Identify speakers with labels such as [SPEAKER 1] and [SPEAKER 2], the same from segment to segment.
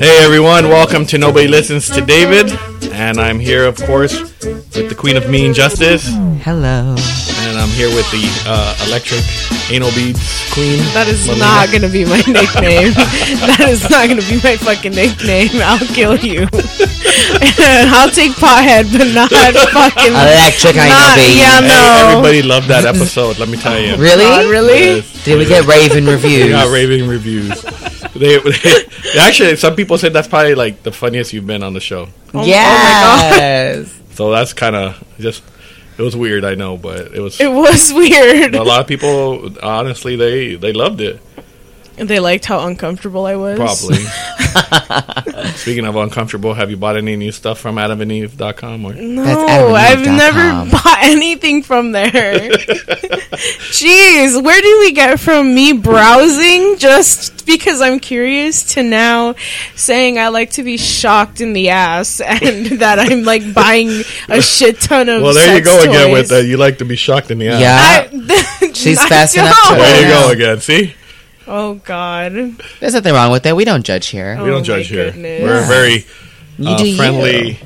[SPEAKER 1] Hey everyone, welcome to Nobody Listens to David. And I'm here, of course, with the Queen of Mean Justice. And
[SPEAKER 2] Hello.
[SPEAKER 1] I'm here with the uh, Electric Anal Beads Queen.
[SPEAKER 3] That is
[SPEAKER 1] Melina.
[SPEAKER 3] not gonna be my nickname. that is not gonna be my fucking nickname. I'll kill you. and I'll take pothead, but not fucking.
[SPEAKER 2] Electric I
[SPEAKER 3] not,
[SPEAKER 2] know baby.
[SPEAKER 3] Yeah,
[SPEAKER 1] Hey,
[SPEAKER 3] no.
[SPEAKER 1] everybody loved that episode, let me tell you.
[SPEAKER 2] Really?
[SPEAKER 3] God, really?
[SPEAKER 1] Yes.
[SPEAKER 2] Did we get raving
[SPEAKER 1] We
[SPEAKER 2] reviews?
[SPEAKER 1] got raving reviews. They, they- actually, some people said that's probably like the funniest you've been on the show.
[SPEAKER 2] Oh
[SPEAKER 3] Oh
[SPEAKER 2] yes.
[SPEAKER 1] So that's kind of just it was weird, I know, but it was
[SPEAKER 3] It was weird.
[SPEAKER 1] a lot of people. Honestly, they they loved it.
[SPEAKER 3] They liked how uncomfortable I was.
[SPEAKER 1] Probably. Speaking of uncomfortable, have you bought any new stuff from adamandeve.com? Or
[SPEAKER 3] No,
[SPEAKER 2] That's
[SPEAKER 3] I've
[SPEAKER 2] adamandeve.com.
[SPEAKER 3] never bought anything from there. Jeez, where did we get from me browsing just because I'm curious to now saying I like to be shocked in the ass and that I'm like buying a shit ton of
[SPEAKER 1] well, there you
[SPEAKER 3] sex
[SPEAKER 1] go again
[SPEAKER 3] toys.
[SPEAKER 1] with that. You like to be shocked in the ass.
[SPEAKER 2] Yeah.
[SPEAKER 3] I-
[SPEAKER 2] She's
[SPEAKER 3] I
[SPEAKER 2] fast enough
[SPEAKER 3] don't.
[SPEAKER 2] to-
[SPEAKER 1] There you
[SPEAKER 2] Yeah.
[SPEAKER 1] go again. See,
[SPEAKER 3] Oh God, we
[SPEAKER 2] There's nothing wrong with that. We don't judge here.
[SPEAKER 3] Uh,
[SPEAKER 1] we don't judge here. We're a
[SPEAKER 3] Goodness.
[SPEAKER 1] very
[SPEAKER 2] You
[SPEAKER 1] uh,
[SPEAKER 2] do you.
[SPEAKER 1] friendly,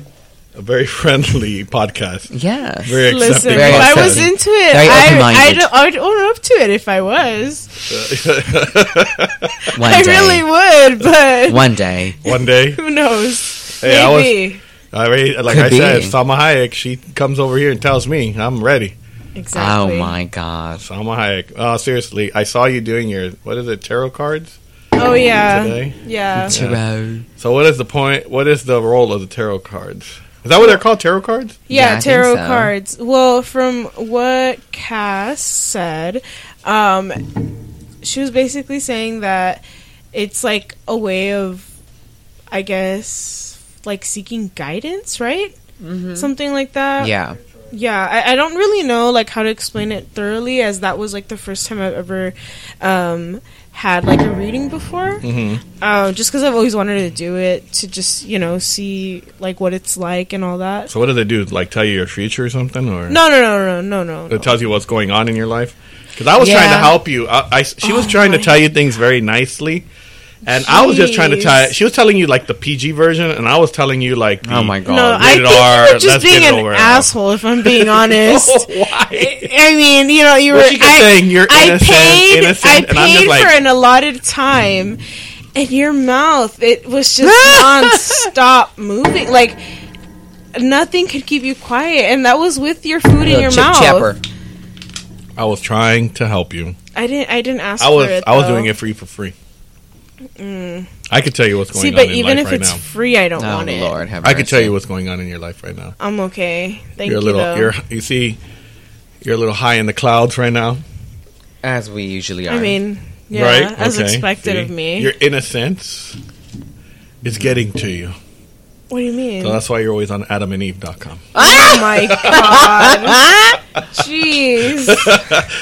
[SPEAKER 1] a very friendly podcast.
[SPEAKER 2] Yes.
[SPEAKER 1] Very
[SPEAKER 3] Listen,
[SPEAKER 1] accepting.
[SPEAKER 2] Very
[SPEAKER 3] if I
[SPEAKER 2] accepting.
[SPEAKER 3] was into it,
[SPEAKER 2] Very
[SPEAKER 3] I,
[SPEAKER 2] open-minded.
[SPEAKER 3] I'd, I'd own up to it if I was.
[SPEAKER 2] One
[SPEAKER 3] I
[SPEAKER 2] day.
[SPEAKER 3] really would, but
[SPEAKER 2] One day.
[SPEAKER 1] One day,
[SPEAKER 3] who knows?
[SPEAKER 1] Hey, I was-
[SPEAKER 3] Maybe.
[SPEAKER 1] I already, like
[SPEAKER 2] Could
[SPEAKER 1] I said,
[SPEAKER 2] be.
[SPEAKER 1] Salma Hayek. She comes over here and tells me I'm ready.
[SPEAKER 3] Exactly.
[SPEAKER 2] Oh my god.
[SPEAKER 1] Salma Hayek. Oh, seriously, I saw you doing your what is it? Tarot cards
[SPEAKER 3] Oh yeah.
[SPEAKER 1] today.
[SPEAKER 3] Yeah.
[SPEAKER 2] Tarot.
[SPEAKER 1] So what is the point? What is the role of the tarot cards? Is that what they're called? Tarot cards?
[SPEAKER 2] Yeah, I
[SPEAKER 3] Yeah,
[SPEAKER 2] think
[SPEAKER 3] tarot
[SPEAKER 2] so.
[SPEAKER 3] cards. Well, from what Cass said, um she was basically saying that it's like a way of I guess like seeking guidance, right? Something like
[SPEAKER 2] Mm-hmm.
[SPEAKER 3] that.
[SPEAKER 2] Yeah.
[SPEAKER 3] Yeah, I, I don't really know like how to explain it thoroughly, as that was like the first time I've ever um, had like a reading before. Mm-hmm. Um, just because I've always wanted to do it to just you know see like what it's like and all that.
[SPEAKER 1] So what do they do? Like tell you your future or something, or
[SPEAKER 3] No, no, no, no, no, no.
[SPEAKER 1] It tells you what's going on in your life. Because I was
[SPEAKER 3] Yeah. Oh,
[SPEAKER 1] trying to help you. I, I- she was trying to tell you things very nicely, and I was just trying to tell.
[SPEAKER 3] Jeez.
[SPEAKER 1] She was telling you like the PG version, and I was telling you like. The,
[SPEAKER 2] Oh my god.
[SPEAKER 3] No, I
[SPEAKER 1] rated
[SPEAKER 3] think
[SPEAKER 1] R,
[SPEAKER 3] you were just
[SPEAKER 1] let's get
[SPEAKER 3] being
[SPEAKER 1] it
[SPEAKER 3] an
[SPEAKER 1] over and out.
[SPEAKER 3] asshole. If I'm being honest,
[SPEAKER 1] why?
[SPEAKER 3] I mean, you know, you
[SPEAKER 1] Well,
[SPEAKER 3] were
[SPEAKER 1] she kept
[SPEAKER 3] I,
[SPEAKER 1] saying, "You're
[SPEAKER 3] I
[SPEAKER 1] innocent,
[SPEAKER 3] paid,
[SPEAKER 1] innocent,"
[SPEAKER 3] I
[SPEAKER 1] and I'm just
[SPEAKER 3] paid
[SPEAKER 1] like- hmm.
[SPEAKER 3] for an allotted time, and your mouth it was just nonstop moving, like nothing could keep you quiet, and that was with your food in
[SPEAKER 2] Little
[SPEAKER 3] your
[SPEAKER 2] chip
[SPEAKER 3] mouth.
[SPEAKER 2] chapper.
[SPEAKER 1] I was trying to help you.
[SPEAKER 3] I didn't, I didn't ask
[SPEAKER 1] I was.
[SPEAKER 3] for it.
[SPEAKER 1] I was
[SPEAKER 3] though. Mm.
[SPEAKER 1] doing it for you for free. I could tell you what's going
[SPEAKER 3] See,
[SPEAKER 1] on
[SPEAKER 3] but
[SPEAKER 1] in
[SPEAKER 3] even
[SPEAKER 1] life
[SPEAKER 3] if
[SPEAKER 1] right
[SPEAKER 3] it's
[SPEAKER 1] now.
[SPEAKER 3] free, I don't
[SPEAKER 2] Oh
[SPEAKER 3] want it.
[SPEAKER 2] lord, have
[SPEAKER 1] I could tell
[SPEAKER 2] mercy.
[SPEAKER 1] you what's going on in your life right now.
[SPEAKER 3] I'm okay. Thank
[SPEAKER 1] you're a
[SPEAKER 3] you.
[SPEAKER 1] little.
[SPEAKER 3] though.
[SPEAKER 1] You're. You see. You're a little high in the clouds right now.
[SPEAKER 2] as we usually are.
[SPEAKER 3] I mean, yeah,
[SPEAKER 1] right?
[SPEAKER 3] as
[SPEAKER 1] Okay.
[SPEAKER 3] expected
[SPEAKER 1] See?
[SPEAKER 3] of me.
[SPEAKER 1] Your innocence is getting to you.
[SPEAKER 3] what do you mean?
[SPEAKER 1] So that's why you're always on adamandeve.com.
[SPEAKER 2] Ah!
[SPEAKER 3] oh my god!
[SPEAKER 2] She's
[SPEAKER 3] Jeez.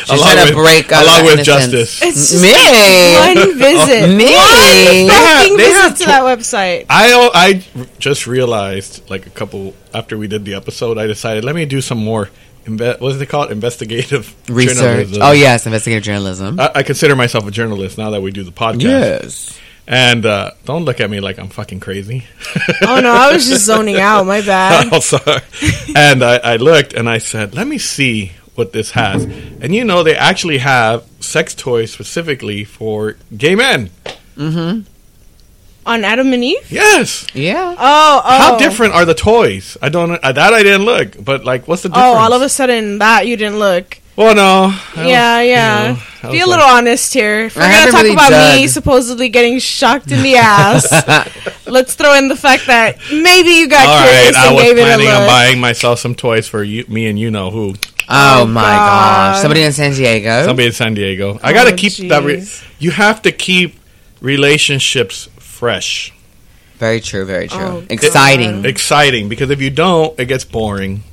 [SPEAKER 2] trying to break up
[SPEAKER 1] along
[SPEAKER 2] our
[SPEAKER 1] with
[SPEAKER 2] innocence.
[SPEAKER 1] justice.
[SPEAKER 3] It's just
[SPEAKER 2] Me.
[SPEAKER 3] one
[SPEAKER 1] Oh,
[SPEAKER 3] visit.
[SPEAKER 2] Me.
[SPEAKER 3] One fucking
[SPEAKER 1] they
[SPEAKER 3] visit
[SPEAKER 1] have
[SPEAKER 3] to that website.
[SPEAKER 1] I, I just realized, like a couple after we did the episode, I decided let me do some more. Inve- what is it called? Investigative
[SPEAKER 2] Research.
[SPEAKER 1] journalism. Oh,
[SPEAKER 2] Oh yes, investigative journalism.
[SPEAKER 1] I, I consider myself a journalist now that we do the podcast. And uh, don't look at me like I'm fucking crazy.
[SPEAKER 3] Oh no, I was just zoning out. My bad.
[SPEAKER 1] oh, sorry. And I, I looked and I said, let me see what this has. And you know, they actually have sex toys specifically for gay men.
[SPEAKER 2] Mm-hmm.
[SPEAKER 3] On Adam and Eve.
[SPEAKER 1] Yes.
[SPEAKER 2] Yeah.
[SPEAKER 3] Oh, oh.
[SPEAKER 1] How different are the toys? I don't uh, that I didn't look, but like, what's the
[SPEAKER 3] Oh,
[SPEAKER 1] difference?
[SPEAKER 3] all of a sudden that you didn't look.
[SPEAKER 1] Well, no. I was-
[SPEAKER 3] yeah,
[SPEAKER 1] you
[SPEAKER 3] yeah.
[SPEAKER 1] know, I
[SPEAKER 3] Be
[SPEAKER 1] was
[SPEAKER 3] a little
[SPEAKER 1] like-
[SPEAKER 3] honest here. If
[SPEAKER 2] I
[SPEAKER 3] we're gonna
[SPEAKER 2] haven't
[SPEAKER 3] talk
[SPEAKER 2] really
[SPEAKER 3] about me
[SPEAKER 2] dug.
[SPEAKER 3] supposedly getting shocked in the ass. let's throw in the fact that maybe you got
[SPEAKER 1] all right,
[SPEAKER 3] curious
[SPEAKER 1] I
[SPEAKER 3] and
[SPEAKER 1] was
[SPEAKER 3] gave it a
[SPEAKER 1] planning on
[SPEAKER 3] look.
[SPEAKER 1] buying myself some toys for you, me and you know who.
[SPEAKER 2] Oh,
[SPEAKER 3] Oh,
[SPEAKER 2] my
[SPEAKER 3] God.
[SPEAKER 2] gosh. Somebody in San Diego.
[SPEAKER 1] Somebody in San Diego. I gotta
[SPEAKER 3] Oh,
[SPEAKER 1] keep that. Re-
[SPEAKER 3] jeez.
[SPEAKER 1] you have to keep relationships fresh.
[SPEAKER 2] Very true, very true.
[SPEAKER 3] Oh,
[SPEAKER 2] Exciting.
[SPEAKER 1] exciting because if you don't, it gets boring.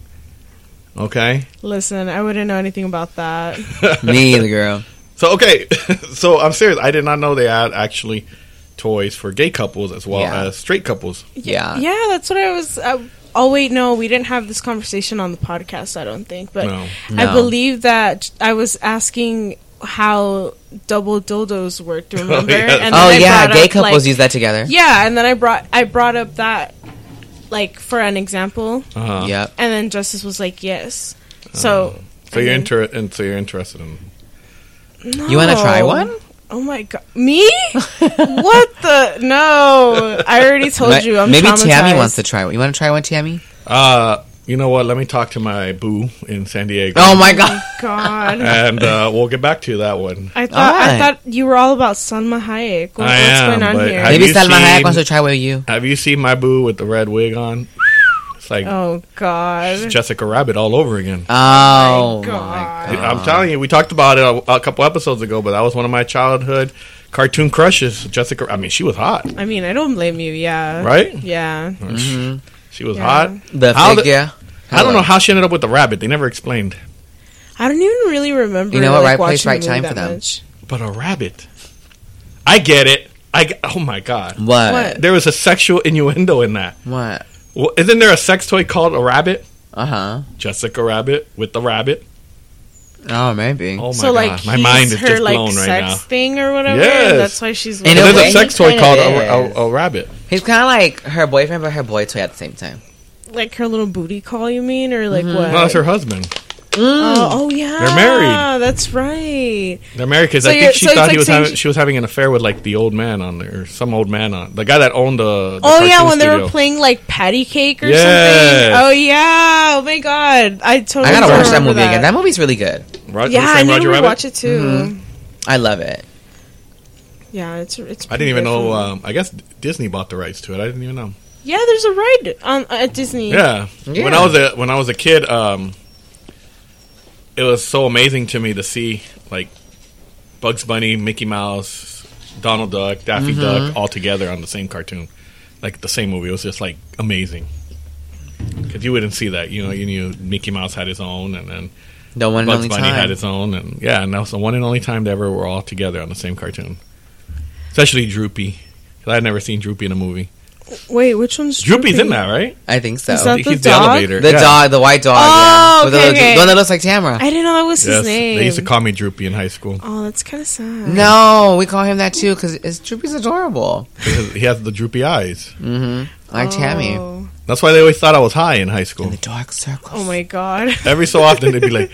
[SPEAKER 1] Okay.
[SPEAKER 3] Listen, I wouldn't know anything about that.
[SPEAKER 2] Me either, girl.
[SPEAKER 1] So okay, so I'm serious. I did not know they had actually toys for gay couples as well
[SPEAKER 2] Yeah.
[SPEAKER 1] as straight couples.
[SPEAKER 2] Yeah.
[SPEAKER 3] Yeah, that's what I was. Uh, oh wait, no, we didn't have this conversation on the podcast. I don't think, but
[SPEAKER 1] No.
[SPEAKER 3] I
[SPEAKER 2] No.
[SPEAKER 3] believe that I was asking how double dildos worked. Remember?
[SPEAKER 1] yeah.
[SPEAKER 3] and then
[SPEAKER 2] Oh
[SPEAKER 3] I
[SPEAKER 2] yeah,
[SPEAKER 3] brought
[SPEAKER 2] gay
[SPEAKER 3] up,
[SPEAKER 2] couples
[SPEAKER 3] like-
[SPEAKER 2] use that together.
[SPEAKER 3] Yeah, and then I brought I brought up that like for an example,
[SPEAKER 1] Uh-huh.
[SPEAKER 2] Yep.
[SPEAKER 3] and then Justice was like, "Yes." So
[SPEAKER 1] Oh. So you're
[SPEAKER 3] Mhm.
[SPEAKER 1] inter- and so you're interested in
[SPEAKER 2] You want to try
[SPEAKER 3] No.
[SPEAKER 2] one?
[SPEAKER 3] Oh my god, me? what the? No, I already told
[SPEAKER 2] Ma-
[SPEAKER 3] you. I'm
[SPEAKER 2] Maybe
[SPEAKER 3] traumatized. Mm-hmm.
[SPEAKER 2] Tammy wants to try one. You want to try one, Tammy?
[SPEAKER 1] Uh, you know what? Let me talk to my boo in San Diego.
[SPEAKER 2] Oh my god.
[SPEAKER 3] God,
[SPEAKER 1] And uh, we'll get back to that one.
[SPEAKER 3] I thought I
[SPEAKER 2] Alright.
[SPEAKER 3] thought you were all about Salma Hayek. What-
[SPEAKER 1] I
[SPEAKER 3] what's
[SPEAKER 1] am,
[SPEAKER 3] going on
[SPEAKER 1] but
[SPEAKER 3] here?
[SPEAKER 1] Have
[SPEAKER 2] Maybe
[SPEAKER 1] you
[SPEAKER 2] Salma Hayek
[SPEAKER 1] seen-
[SPEAKER 2] wants to try with you.
[SPEAKER 1] Have you seen my boo with the red wig on? It's like
[SPEAKER 3] oh God.
[SPEAKER 1] Jessica Rabbit all over again.
[SPEAKER 2] Oh my
[SPEAKER 3] My God.
[SPEAKER 2] god.
[SPEAKER 1] I'm telling you, we talked about it a, a couple episodes ago, but that was one of my childhood cartoon crushes. Jessica, I mean, she was hot,
[SPEAKER 3] I mean, I don't blame you. Yeah.
[SPEAKER 1] right?
[SPEAKER 3] Yeah.
[SPEAKER 2] Mm-hmm.
[SPEAKER 1] She was
[SPEAKER 3] Yeah.
[SPEAKER 1] hot.
[SPEAKER 2] The
[SPEAKER 1] How the-
[SPEAKER 2] figure.
[SPEAKER 1] I don't know how she ended up with the rabbit. They never explained.
[SPEAKER 3] I don't even really remember.
[SPEAKER 2] You know what?
[SPEAKER 3] like,
[SPEAKER 2] Right place,
[SPEAKER 3] watching
[SPEAKER 2] right
[SPEAKER 3] the movie
[SPEAKER 2] time for
[SPEAKER 3] that
[SPEAKER 2] them.
[SPEAKER 3] much.
[SPEAKER 1] But a rabbit. I get it. I g- oh my god.
[SPEAKER 2] What?
[SPEAKER 3] What?
[SPEAKER 2] What?
[SPEAKER 1] There was a sexual innuendo in that.
[SPEAKER 2] What?
[SPEAKER 1] Well, isn't there a sex toy called a rabbit?
[SPEAKER 2] Uh huh.
[SPEAKER 1] Jessica Rabbit with the rabbit.
[SPEAKER 2] Oh, maybe.
[SPEAKER 1] Oh my
[SPEAKER 3] so like,
[SPEAKER 1] god, my mind is
[SPEAKER 3] her
[SPEAKER 1] just
[SPEAKER 3] like
[SPEAKER 1] blown
[SPEAKER 3] sex
[SPEAKER 1] right now.
[SPEAKER 3] thing or whatever.
[SPEAKER 1] Yes.
[SPEAKER 3] And that's why she's.
[SPEAKER 2] In
[SPEAKER 1] And
[SPEAKER 2] a
[SPEAKER 3] like-
[SPEAKER 1] there's a
[SPEAKER 2] way,
[SPEAKER 1] sex
[SPEAKER 2] he
[SPEAKER 1] toy
[SPEAKER 2] kinda
[SPEAKER 1] called a,
[SPEAKER 2] is.
[SPEAKER 1] a, a rabbit.
[SPEAKER 2] He's kind of like her boyfriend, but her boy toy at the same time.
[SPEAKER 3] like her little booty call. You mean or like
[SPEAKER 2] Mm-hmm.
[SPEAKER 3] what?
[SPEAKER 1] No, that's her husband.
[SPEAKER 3] Oh, oh yeah,
[SPEAKER 1] Hmm. They're married.
[SPEAKER 3] That's right.
[SPEAKER 1] They're married because
[SPEAKER 3] So
[SPEAKER 1] I
[SPEAKER 3] you're-
[SPEAKER 1] think she
[SPEAKER 3] so it's
[SPEAKER 1] thought
[SPEAKER 3] like
[SPEAKER 1] he was
[SPEAKER 3] saying
[SPEAKER 1] having,
[SPEAKER 3] she-
[SPEAKER 1] she was having an affair with like the old man on there, or some old man on the guy that owned the. the
[SPEAKER 3] Oh yeah,
[SPEAKER 1] cartoon
[SPEAKER 3] when they were
[SPEAKER 1] studio.
[SPEAKER 3] playing like patty cake or
[SPEAKER 1] Yes.
[SPEAKER 3] something. Oh yeah. Oh my god, I totally.
[SPEAKER 2] I gotta watch that
[SPEAKER 3] remember
[SPEAKER 2] movie again. That Mm-hmm. movie's really good.
[SPEAKER 1] Ro-
[SPEAKER 3] yeah,
[SPEAKER 1] the
[SPEAKER 3] I
[SPEAKER 1] same
[SPEAKER 3] need
[SPEAKER 1] Roger
[SPEAKER 3] to
[SPEAKER 1] Rabbit?
[SPEAKER 3] watch it too.
[SPEAKER 2] I love it.
[SPEAKER 3] Yeah, it's it's.
[SPEAKER 1] I didn't even
[SPEAKER 3] pretty
[SPEAKER 1] know.
[SPEAKER 3] different.
[SPEAKER 1] Um, I guess Disney bought the rights to it. I didn't even know.
[SPEAKER 3] yeah, there's a ride on uh, at Disney.
[SPEAKER 1] Yeah. When
[SPEAKER 2] Yeah.
[SPEAKER 1] I was a when I was a kid, um, it was so amazing to me to see like Bugs Bunny, Mickey Mouse, Donald Duck, Daffy
[SPEAKER 3] Mm-hmm.
[SPEAKER 1] Duck all together on the same cartoon, like the same movie. It was just like amazing. Because you wouldn't see that, you know. You knew Mickey Mouse had his own, and then
[SPEAKER 2] The one and
[SPEAKER 1] Bugs
[SPEAKER 2] only
[SPEAKER 1] Bunny had
[SPEAKER 2] time.
[SPEAKER 1] his own, and yeah, and that was the one and only time they ever were all together on the same cartoon. Especially Droopy, because I'd never seen Droopy in a movie.
[SPEAKER 3] Wait, which one's
[SPEAKER 1] Droopy's
[SPEAKER 3] Droopy?
[SPEAKER 1] in that, right?
[SPEAKER 2] I think so.
[SPEAKER 3] Is that-
[SPEAKER 2] The,
[SPEAKER 1] He's
[SPEAKER 3] the dog?
[SPEAKER 1] Yeah.
[SPEAKER 2] dog, the white dog.
[SPEAKER 3] Oh,
[SPEAKER 2] yeah. With the,
[SPEAKER 3] okay,
[SPEAKER 2] little-
[SPEAKER 3] okay.
[SPEAKER 2] the one that looks like Tamara.
[SPEAKER 3] I didn't know that was
[SPEAKER 1] Yes,
[SPEAKER 3] his name.
[SPEAKER 1] they used to call me Droopy in high school.
[SPEAKER 3] oh, that's kind of sad.
[SPEAKER 2] No, we call him that too because it's Droopy's adorable.
[SPEAKER 1] He has- he has the droopy eyes.
[SPEAKER 2] Mm-hmm. Like Tammy.
[SPEAKER 3] Oh.
[SPEAKER 1] That's why they always thought I was high in high
[SPEAKER 2] In
[SPEAKER 1] school.
[SPEAKER 2] the dark circles.
[SPEAKER 3] Oh my god.
[SPEAKER 1] Every so often they'd be like,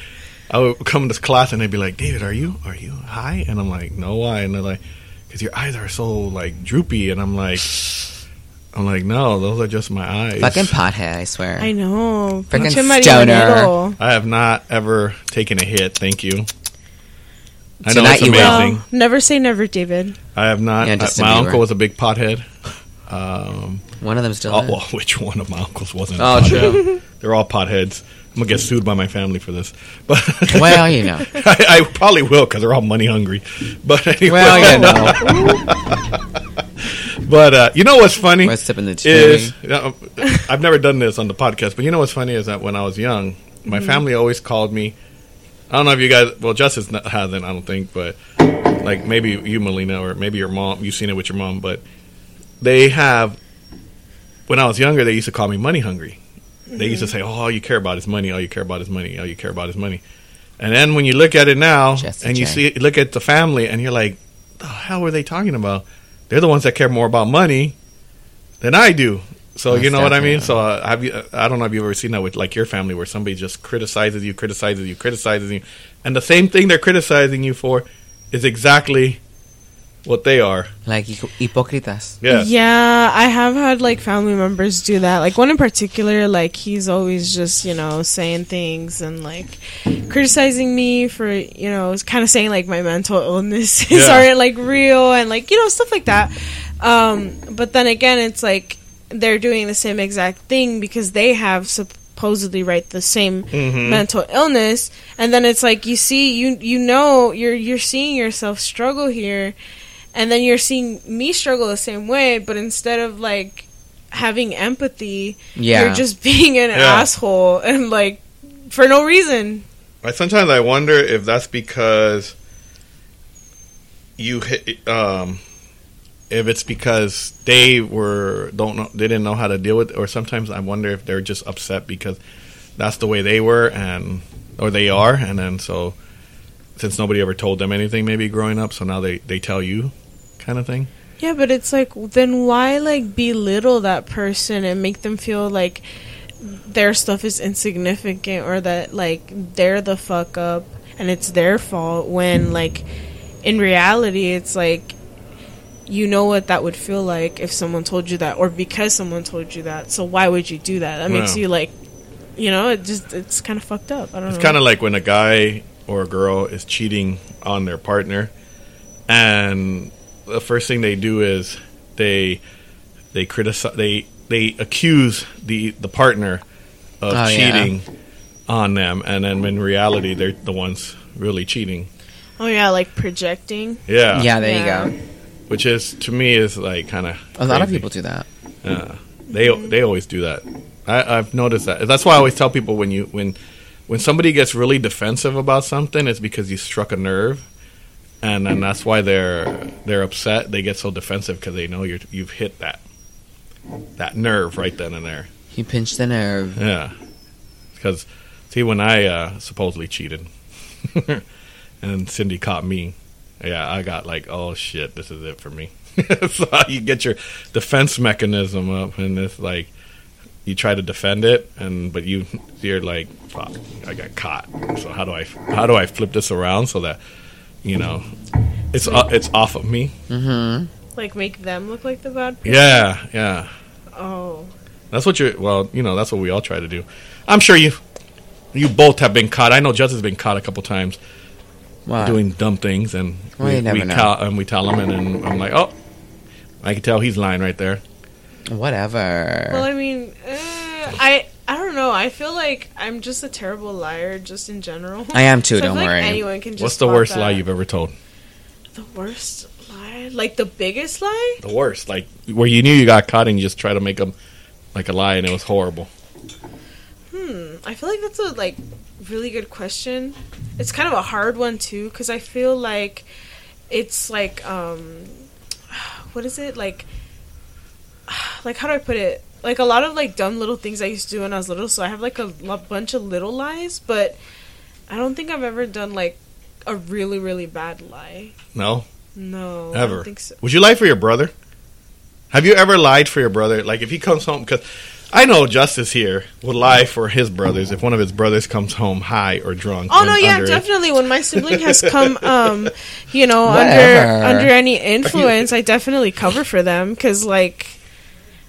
[SPEAKER 1] I would come to class and they'd be like, David, are you are you high? And I'm like, no, why? And they're like, because your eyes are so like droopy. And I'm like, I'm like, no, those are just my eyes.
[SPEAKER 2] Fucking pothead, I swear.
[SPEAKER 3] I know.
[SPEAKER 2] Freaking
[SPEAKER 3] Pinche marihuanero.
[SPEAKER 2] stoner.
[SPEAKER 1] I have not ever taken a hit. Thank you. I know
[SPEAKER 2] Tonight
[SPEAKER 1] it's
[SPEAKER 2] you will.
[SPEAKER 1] amazing.
[SPEAKER 3] No, never say never, David.
[SPEAKER 1] I have not.
[SPEAKER 2] Yeah,
[SPEAKER 1] I-
[SPEAKER 2] Justin
[SPEAKER 1] my
[SPEAKER 2] Bieber.
[SPEAKER 1] uncle was a big pothead. Um,
[SPEAKER 2] One of them's still.
[SPEAKER 1] Oh,
[SPEAKER 2] in.
[SPEAKER 1] well, which one of my uncles wasn't? a
[SPEAKER 2] Oh,
[SPEAKER 1] pothead?
[SPEAKER 2] true.
[SPEAKER 1] They're all potheads. I'm gonna get sued by my family for this, but
[SPEAKER 2] well, you know.
[SPEAKER 1] I, I probably will because they're all money hungry. But anyway,
[SPEAKER 2] Well, you know.
[SPEAKER 1] but uh, you know what's funny
[SPEAKER 2] We're sipping the
[SPEAKER 1] is
[SPEAKER 2] tea.
[SPEAKER 1] uh, I've never done this on the podcast, but you know what's funny is that when I was young, my family always called me. I don't know if you guys. Well, Justice n- hasn't, I don't think, but like maybe you, Melina, or maybe your mom. You've seen it with your mom, but they have. When I was younger, they used to call me money hungry. They used to say, "Oh, all you care about is money. All you care about is money. All you care about is money." And then when you look at it now,
[SPEAKER 2] Jesse
[SPEAKER 1] and you
[SPEAKER 2] J.
[SPEAKER 1] see, look at the family, and you're like, "The hell were they talking about?" They're the ones that care more about money than I do. So
[SPEAKER 2] Most
[SPEAKER 1] you know what I mean.
[SPEAKER 2] definitely.
[SPEAKER 1] So uh, have you? uh, I don't know if you've ever seen that with like your family, where somebody just criticizes you, criticizes you, criticizes you, and the same thing they're criticizing you for is exactly what they are.
[SPEAKER 2] Like hi- hypocritas.
[SPEAKER 1] Yeah.
[SPEAKER 3] Yeah, I have had like family members do that. Like one in particular, like he's always just, you know, saying things and like criticizing me for, you know, kind of saying like my mental illnesses
[SPEAKER 1] Yeah.
[SPEAKER 3] aren't like real and like, you know, stuff like that. Um, but then again, it's like they're doing the same exact thing because they have supposedly right the same mental illness and then it's like you see you you know you're you're seeing yourself struggle here and then you're seeing me struggle the same way but instead of like having empathy
[SPEAKER 2] Yeah.
[SPEAKER 3] you're just being an
[SPEAKER 1] Yeah.
[SPEAKER 3] asshole and like for no reason
[SPEAKER 1] I sometimes I wonder if that's because you hit, um if it's because they were don't know they didn't know how to deal with or sometimes I wonder if they're just upset because that's the way they were and or they are and then so since nobody ever told them anything, maybe growing up, so now they they tell you, kind of thing.
[SPEAKER 3] Yeah, but it's like then why like belittle that person and make them feel like their stuff is insignificant or that like they're the fuck up and it's their fault when like in reality it's like you know what that would feel like if someone told you that or because someone told you that. So why would you do that? That makes
[SPEAKER 1] Yeah.
[SPEAKER 3] you like you know, it just it's kind of fucked up. I don't
[SPEAKER 1] It's
[SPEAKER 2] Mm-hmm.
[SPEAKER 3] know.
[SPEAKER 1] kind of like when a guy or a girl is cheating on their partner, and the first thing they do is they they criticize they they accuse the the partner of
[SPEAKER 2] Oh, yeah.
[SPEAKER 1] cheating on them, and then in reality they're the ones really cheating.
[SPEAKER 3] Oh yeah, like projecting.
[SPEAKER 1] Yeah,
[SPEAKER 2] yeah, there
[SPEAKER 3] Yeah.
[SPEAKER 2] you go.
[SPEAKER 1] Which is to me is like kind of
[SPEAKER 2] A lot of people do that.
[SPEAKER 1] They they always do that. I, I've noticed that. That's why I always tell people when you when when somebody gets really defensive about something, it's because you struck a nerve, and and that's why they're they're upset. They get so defensive because they know you're you've hit that that nerve right then and there.
[SPEAKER 2] You pinch the nerve.
[SPEAKER 1] Yeah, because see when I uh, supposedly cheated, and Cindy caught me. Yeah, I got like, oh shit, this is it for me. so you get your defense mechanism up, and it's like you try to defend it, and but you you're like, fuck, I got caught. So how do I how do I flip this around so that you know it's o- it's off of me?
[SPEAKER 3] Like make them look like the bad
[SPEAKER 1] Yeah, yeah.
[SPEAKER 3] Oh.
[SPEAKER 1] That's what you're. Well, you know, that's what we all try to do. I'm sure you, you both have been caught. I know Jess has been caught a couple times
[SPEAKER 2] What?
[SPEAKER 1] doing dumb things, and
[SPEAKER 2] Well,
[SPEAKER 1] we,
[SPEAKER 2] you never
[SPEAKER 1] we
[SPEAKER 2] know.
[SPEAKER 1] tell and we tell him, and then I'm like, oh, I can tell he's lying right there.
[SPEAKER 2] Whatever.
[SPEAKER 3] Well, I mean, uh, I I don't know. I feel like I'm just a terrible liar, just in general.
[SPEAKER 2] I am too,
[SPEAKER 3] So I
[SPEAKER 2] don't
[SPEAKER 3] feel like
[SPEAKER 2] worry.
[SPEAKER 3] anyone can just
[SPEAKER 1] What's the
[SPEAKER 3] spot
[SPEAKER 1] worst
[SPEAKER 3] that.
[SPEAKER 1] lie you've ever told?
[SPEAKER 3] The worst lie, like the biggest lie.
[SPEAKER 1] The worst, like where you knew you got caught and you just try to make him like a lie, and it was horrible.
[SPEAKER 3] I feel like that's a like really good question. It's kind of a hard one too, because I feel like it's like um, what is it like? Like how do I put it? Like a lot of like dumb little things I used to do when I was little. So I have like a lo- bunch of little lies, but I don't think I've ever done like a really really bad lie.
[SPEAKER 1] No,
[SPEAKER 3] No, I
[SPEAKER 1] ever.
[SPEAKER 3] don't think so.
[SPEAKER 1] Would you lie for your brother? Have you ever lied for your brother? Like if he comes home, because I know Justice here would lie for his brothers if one of his brothers comes home high or drunk.
[SPEAKER 3] Oh
[SPEAKER 1] and
[SPEAKER 3] no, yeah,
[SPEAKER 1] underage.
[SPEAKER 3] definitely. When my sibling has come, um, you know,
[SPEAKER 2] Whatever.
[SPEAKER 3] under under any influence, I definitely cover for them because, like,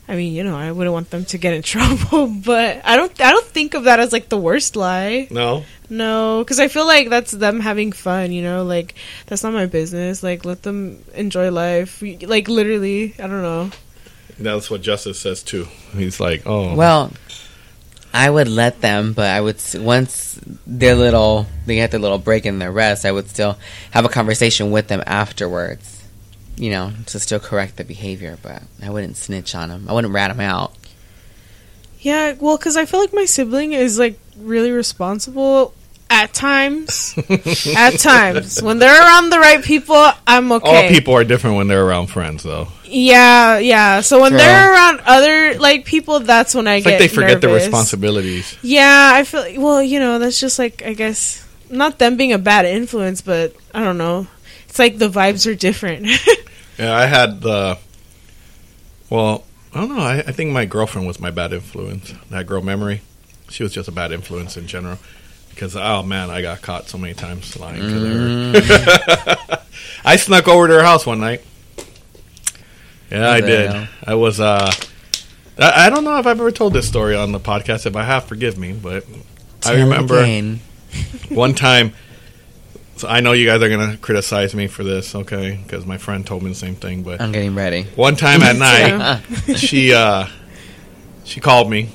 [SPEAKER 3] I mean, you know, I wouldn't want them to get in trouble. But I don't, I don't think of that as like the worst lie.
[SPEAKER 1] No,
[SPEAKER 3] No, because I feel like that's them having fun. You know, like that's not my business. Like, let them enjoy life. We- Like, literally, I don't know.
[SPEAKER 1] that's what Justice says too. He's like, oh,
[SPEAKER 2] Well, I would let them, but I would s- once their little they had their little break in their rest, I would still have a conversation with them afterwards. You know, to still correct the behavior, but I wouldn't snitch on them. I wouldn't rat them out.
[SPEAKER 3] Yeah, well, because I feel like my sibling is like really responsible at times. at times, when they're around the right people, I'm
[SPEAKER 1] all
[SPEAKER 3] okay.
[SPEAKER 1] people are different when they're around friends, though.
[SPEAKER 3] Yeah, yeah. So when
[SPEAKER 2] True.
[SPEAKER 3] they're around other like people, that's when I
[SPEAKER 1] It's like
[SPEAKER 3] get
[SPEAKER 1] they forget their
[SPEAKER 3] nervous.
[SPEAKER 1] responsibilities.
[SPEAKER 3] Yeah, I feel well. You know, that's just like I guess not them being a bad influence, but I don't know. It's like the vibes are different.
[SPEAKER 1] Yeah, I had the. Well, I don't know. I, I think my girlfriend was my bad influence. That girl, memory, she was just a bad influence in general. Because oh man, I got caught so many times lying to her. I snuck over to her house one night. Yeah, I
[SPEAKER 2] There
[SPEAKER 1] did.
[SPEAKER 2] you go.
[SPEAKER 1] I was. uh I, I don't know if I've ever told this story on the podcast. If I have, forgive me. But I
[SPEAKER 2] Tell
[SPEAKER 1] remember
[SPEAKER 2] again.
[SPEAKER 1] one time so i know you guys are going to criticize me for this okay because my friend told me the same thing but
[SPEAKER 2] I'm getting ready.
[SPEAKER 1] one time at night
[SPEAKER 2] Uh,
[SPEAKER 1] she uh she called me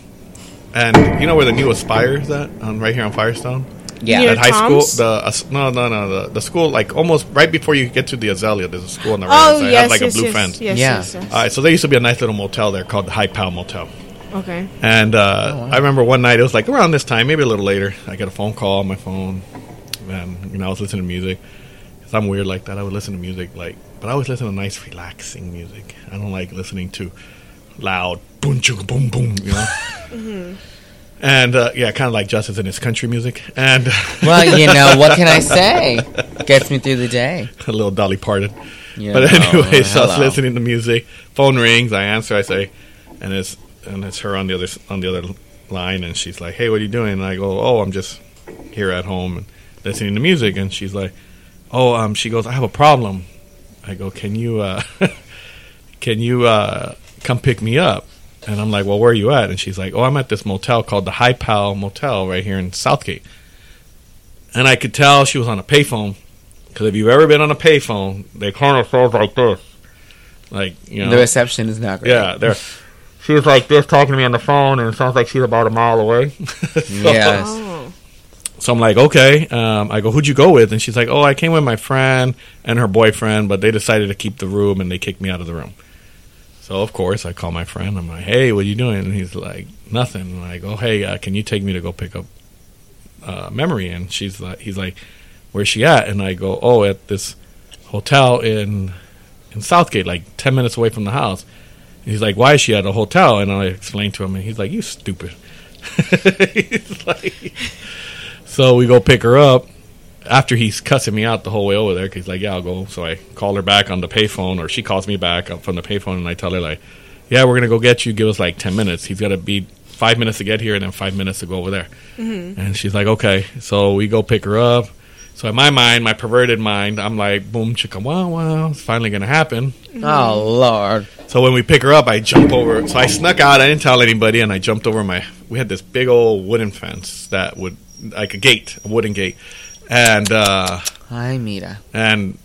[SPEAKER 1] and you know where the new aspire is at on right here on firestone
[SPEAKER 2] yeah,
[SPEAKER 3] Near
[SPEAKER 1] at high
[SPEAKER 3] Tom's?
[SPEAKER 1] school the uh, no no no the, the school like almost right before you get to the azalea there's a school on the right hand
[SPEAKER 3] oh
[SPEAKER 1] side. it
[SPEAKER 3] yes,
[SPEAKER 1] has like
[SPEAKER 3] yes,
[SPEAKER 1] a blue
[SPEAKER 3] yes,
[SPEAKER 1] fence
[SPEAKER 3] yes,
[SPEAKER 2] Yeah.
[SPEAKER 3] yes, yes.
[SPEAKER 1] all right so there used to be a nice little motel there called the high pal motel
[SPEAKER 3] Okay.
[SPEAKER 1] and uh,
[SPEAKER 2] wow.
[SPEAKER 1] I remember one night, it was like around this time, maybe a little later, I got a phone call on my phone. And, you know, I was listening to music. 'Cause I'm weird like that. I would listen to music, like, but I always listen to nice, relaxing music. I don't like listening to loud boom, chugga, boom, boom, you know? And uh, yeah, kind of like Justice in his country music. And
[SPEAKER 2] Well, you know, what can I say? Gets me through the day.
[SPEAKER 1] a little Dolly Parton.
[SPEAKER 2] You
[SPEAKER 1] but
[SPEAKER 2] know,
[SPEAKER 1] anyway, so I was
[SPEAKER 2] Oh, hello.
[SPEAKER 1] listening to music. Phone rings. I answer. I say, and it's and it's her on the other s- on the other line, and she's like, "Hey, what are you doing?" And I go, "Oh, I'm just here at home and listening to music." And she's like, "Oh, um," she goes, "I have a problem." I go, "Can you uh, can you uh, come pick me up?" And I'm like, "Well, where are you at?" And she's like, "Oh, I'm at this motel called the High Pal Motel right here in Southgate." And I could tell she was on a payphone. Because if you've ever been on a payphone, they kind of sounds like this. Like, you know.
[SPEAKER 2] The reception is not great.
[SPEAKER 1] yeah, they're. She was like this talking to me on the phone, and it sounds like she's about a mile away. so,
[SPEAKER 2] Yes.
[SPEAKER 3] Oh.
[SPEAKER 1] so I'm like, okay. Um, I go, who'd you go with? And she's like, oh, I came with my friend and her boyfriend, but they decided to keep the room and they kicked me out of the room. So of course I call my friend. I'm like, hey, what are you doing? And he's like, nothing. I'm like, oh, hey, uh, can you take me to go pick up uh, Memory? And she's like, he's like, where's she at? And I go, oh, at this hotel in in Southgate, like ten minutes away from the house. And he's like, why is she at a hotel? And I explain to him, and he's like, you stupid. He's like- so we go pick her up. After he's cussing me out the whole way over there, 'cause he's like, "Yeah, I'll go." So I call her back on the payphone, or she calls me back up from the payphone, and I tell her like, "Yeah, we're gonna go get you. Give us like ten minutes. He's got to be five minutes to get here, and then five minutes to go over there." And she's like, "Okay." So we go pick her up. So in my mind, my perverted mind, I'm like, "Boom, chicka, wow, wow, it's finally gonna happen."
[SPEAKER 2] Oh Lord.
[SPEAKER 1] So when we pick her up, I jump over. So I snuck out. I didn't tell anybody, and I jumped over my. We had this big old wooden fence that would like a gate, a wooden gate, and uh,
[SPEAKER 2] Hi, Mita.
[SPEAKER 1] and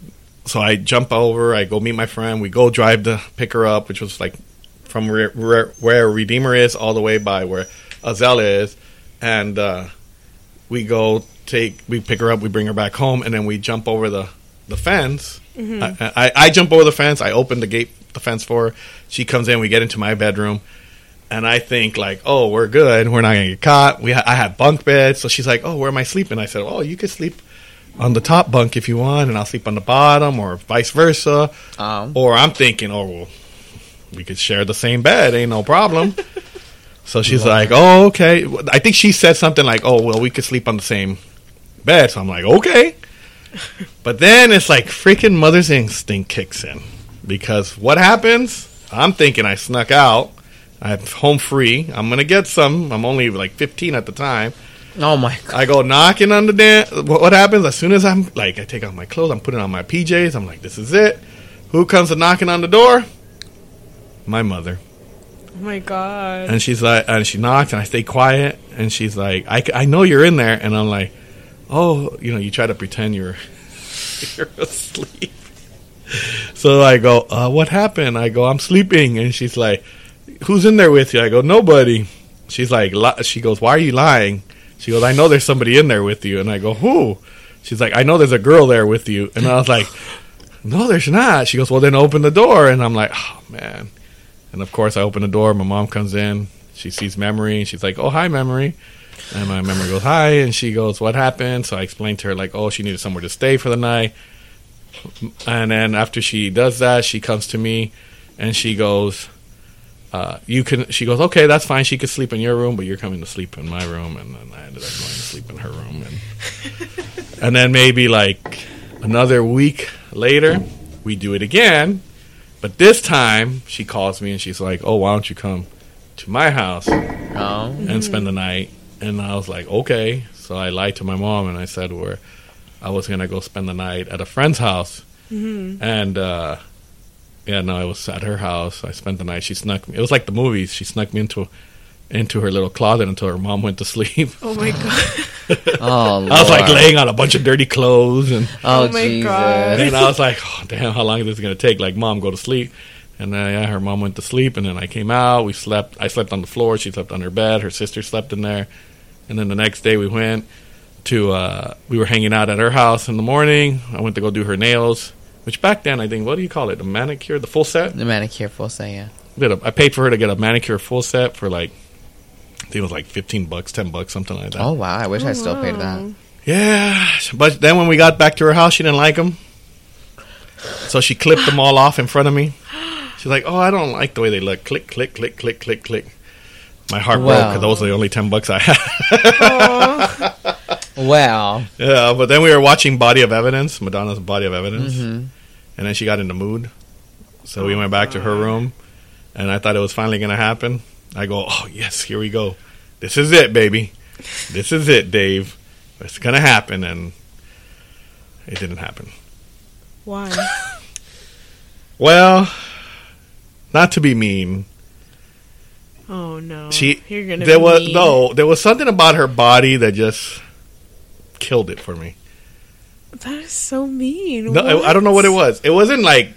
[SPEAKER 1] so I jump over. I go meet my friend. We go drive to pick her up, which was like from where, where, where Redeemer is all the way by where Azalea is, and uh, we go take we pick her up. We bring her back home, and then we jump over the the fence. I, I, I jump over the fence. I open the gate, the fence for her. She comes in. We get into my bedroom. And I think like, oh, we're good. We're not gonna get caught. We ha- I had bunk beds, so she's like, oh, where am I sleeping? I said, oh, you could sleep on the top bunk if you want, and I'll sleep on the bottom, or vice versa.
[SPEAKER 2] Um.
[SPEAKER 1] Or I'm thinking, oh, well, we could share the same bed, ain't no problem. so she's like, oh, okay. I think she said something like, oh, well, we could sleep on the same bed. So I'm like, okay. but then it's like freaking mother's instinct kicks in because what happens? I'm thinking I snuck out. I'm home free. I'm gonna get some. I'm only like 15 at the time.
[SPEAKER 2] Oh my God.
[SPEAKER 1] I go knocking on the dance. What, what happens as soon as I'm like, I take off my clothes, I'm putting on my PJs. I'm like, this is it. Who comes a knocking on the door? My mother.
[SPEAKER 3] my god.
[SPEAKER 1] And she's like, and she knocked, and I stay quiet. And she's like, I, c- I know you're in there. And I'm like, oh, you know, you try to pretend you're you're asleep. So I go, uh, what happened? I go, I'm sleeping. And she's like, who's in there with you? I go, nobody. She's like, li- she goes, why are you lying? She goes, I know there's somebody in there with you. And I go, who? She's like, I know there's a girl there with you. And I was like, no, there's not. She goes, well, then open the door. And I'm like, oh, man. And of course, I open the door. My mom comes in. She sees Memory. And she's like, oh, hi, Memory. And my memory goes, hi. And she goes, what happened? So I explained to her, like, oh, she needed somewhere to stay for the night. And then after she does that, she comes to me and she goes, uh, "You can." She goes, "Okay, that's fine. She could sleep in your room, but you're coming to sleep in my room." And then I ended up going to sleep in her room. And, and then maybe like another week later, we do it again. But this time, she calls me and she's like, "Oh, why don't you come to my house?"
[SPEAKER 2] Oh.
[SPEAKER 1] and spend the night. And I was like, okay. So I lied to my mom and I said where I was gonna go spend the night at a friend's house. And uh, yeah, no, I was at her house. I spent the night. She snuck me. It was like the movies. She snuck me into into her little closet until her mom went to sleep.
[SPEAKER 3] Oh my god.
[SPEAKER 2] Oh. Lord.
[SPEAKER 1] I was like laying on a bunch of dirty clothes and
[SPEAKER 2] Oh,
[SPEAKER 3] Oh my
[SPEAKER 2] Jesus.
[SPEAKER 3] God.
[SPEAKER 1] and I was like, oh, damn, how long is this going to take? Like, mom, go to sleep. And then, yeah, her mom went to sleep, and then I came out. We slept. I slept on the floor. She slept on her bed. Her sister slept in there. And then the next day, we went to. Uh, we were hanging out at her house in the morning. I went to go do her nails, which back then I think what do you call it? A manicure, the full set.
[SPEAKER 2] The manicure full say yeah.
[SPEAKER 1] Did a, I paid for her to get a manicure full set for like. I think it was like fifteen bucks, ten bucks, something like that.
[SPEAKER 2] Oh wow! I wish I still paid
[SPEAKER 3] wow.
[SPEAKER 2] that.
[SPEAKER 1] Yeah, but then when we got back to her house, she didn't like them, so she clipped them all off in front of me. She's like, "Oh, I don't like the way they look." Click, click, click, click, click, click. My heart broke 'cause
[SPEAKER 2] Wow.
[SPEAKER 1] broke because those were the only ten bucks I had.
[SPEAKER 3] Aw.
[SPEAKER 2] Oh, Wow.
[SPEAKER 1] yeah, but then we were watching Body of Evidence, Madonna's Body of Evidence, and then she got in the mood, so we went back to her room, and I thought it was finally gonna happen. I go, oh yes, here we go. This is it, baby. This is it, Dave. It's gonna happen, and it didn't happen.
[SPEAKER 3] Why?
[SPEAKER 1] Well, not to be mean,
[SPEAKER 3] Oh no.
[SPEAKER 1] she
[SPEAKER 3] You're gonna
[SPEAKER 1] there
[SPEAKER 3] be
[SPEAKER 1] was
[SPEAKER 3] mean.
[SPEAKER 1] no there was something about her body that just killed it for me.
[SPEAKER 3] That is so mean.
[SPEAKER 1] No, I, I don't know what it was. It wasn't like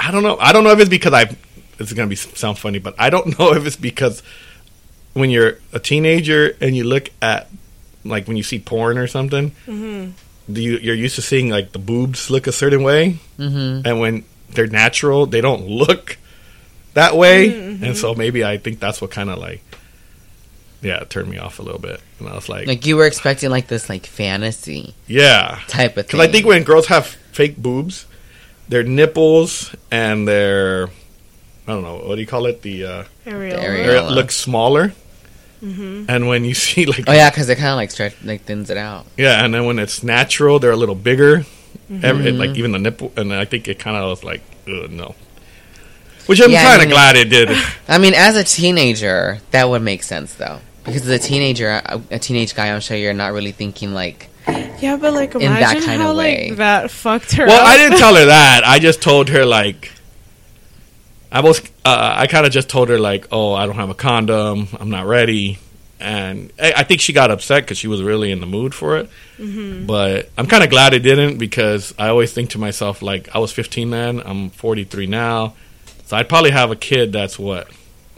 [SPEAKER 1] I don't know. I don't know if it's because I. It's gonna be sound funny, but I don't know if it's because when you're a teenager and you look at like when you see porn or something,
[SPEAKER 3] Mm-hmm.
[SPEAKER 1] do you you're used to seeing like the boobs look a certain way,
[SPEAKER 2] Mm-hmm.
[SPEAKER 1] and when they're natural, they don't look that way, and so maybe I think that's what kind of like yeah it turned me off a little bit, and I was like,
[SPEAKER 2] Like you were expecting like this like fantasy
[SPEAKER 1] yeah,
[SPEAKER 2] type of thing.
[SPEAKER 1] because I think when girls have fake boobs, their nipples and their I don't know what do you call it the uh,
[SPEAKER 2] Ariel.
[SPEAKER 3] Ariel.
[SPEAKER 1] area
[SPEAKER 2] Areola.
[SPEAKER 1] look smaller. And when you see like
[SPEAKER 2] Oh yeah, because it kind of like stretch like thins it out.
[SPEAKER 1] yeah, and then when it's natural, they're a little bigger. Every, like even the nipple, and I think it kind of was like Ugh, no. Which I'm
[SPEAKER 2] Yeah, I
[SPEAKER 1] kind of
[SPEAKER 2] mean-
[SPEAKER 1] glad it did.
[SPEAKER 2] I mean, as a teenager, that would make sense though, because as a teenager, a, a teenage guy, I'm sure you're not really thinking like,
[SPEAKER 3] Yeah, but like
[SPEAKER 2] that
[SPEAKER 3] imagine
[SPEAKER 2] kinda
[SPEAKER 3] how
[SPEAKER 2] way.
[SPEAKER 3] like that fucked her.
[SPEAKER 1] well,
[SPEAKER 3] up.
[SPEAKER 1] I didn't tell her that. I just told her like. I was, uh, I kind of just told her like, "Oh, I don't have a condom. I'm not ready," and I, I think she got upset because she was really in the mood for it.
[SPEAKER 3] Mm-hmm.
[SPEAKER 1] But I'm kind of glad it didn't because I always think to myself like, I was 15 then. I'm 43 now, so I'd probably have a kid that's what,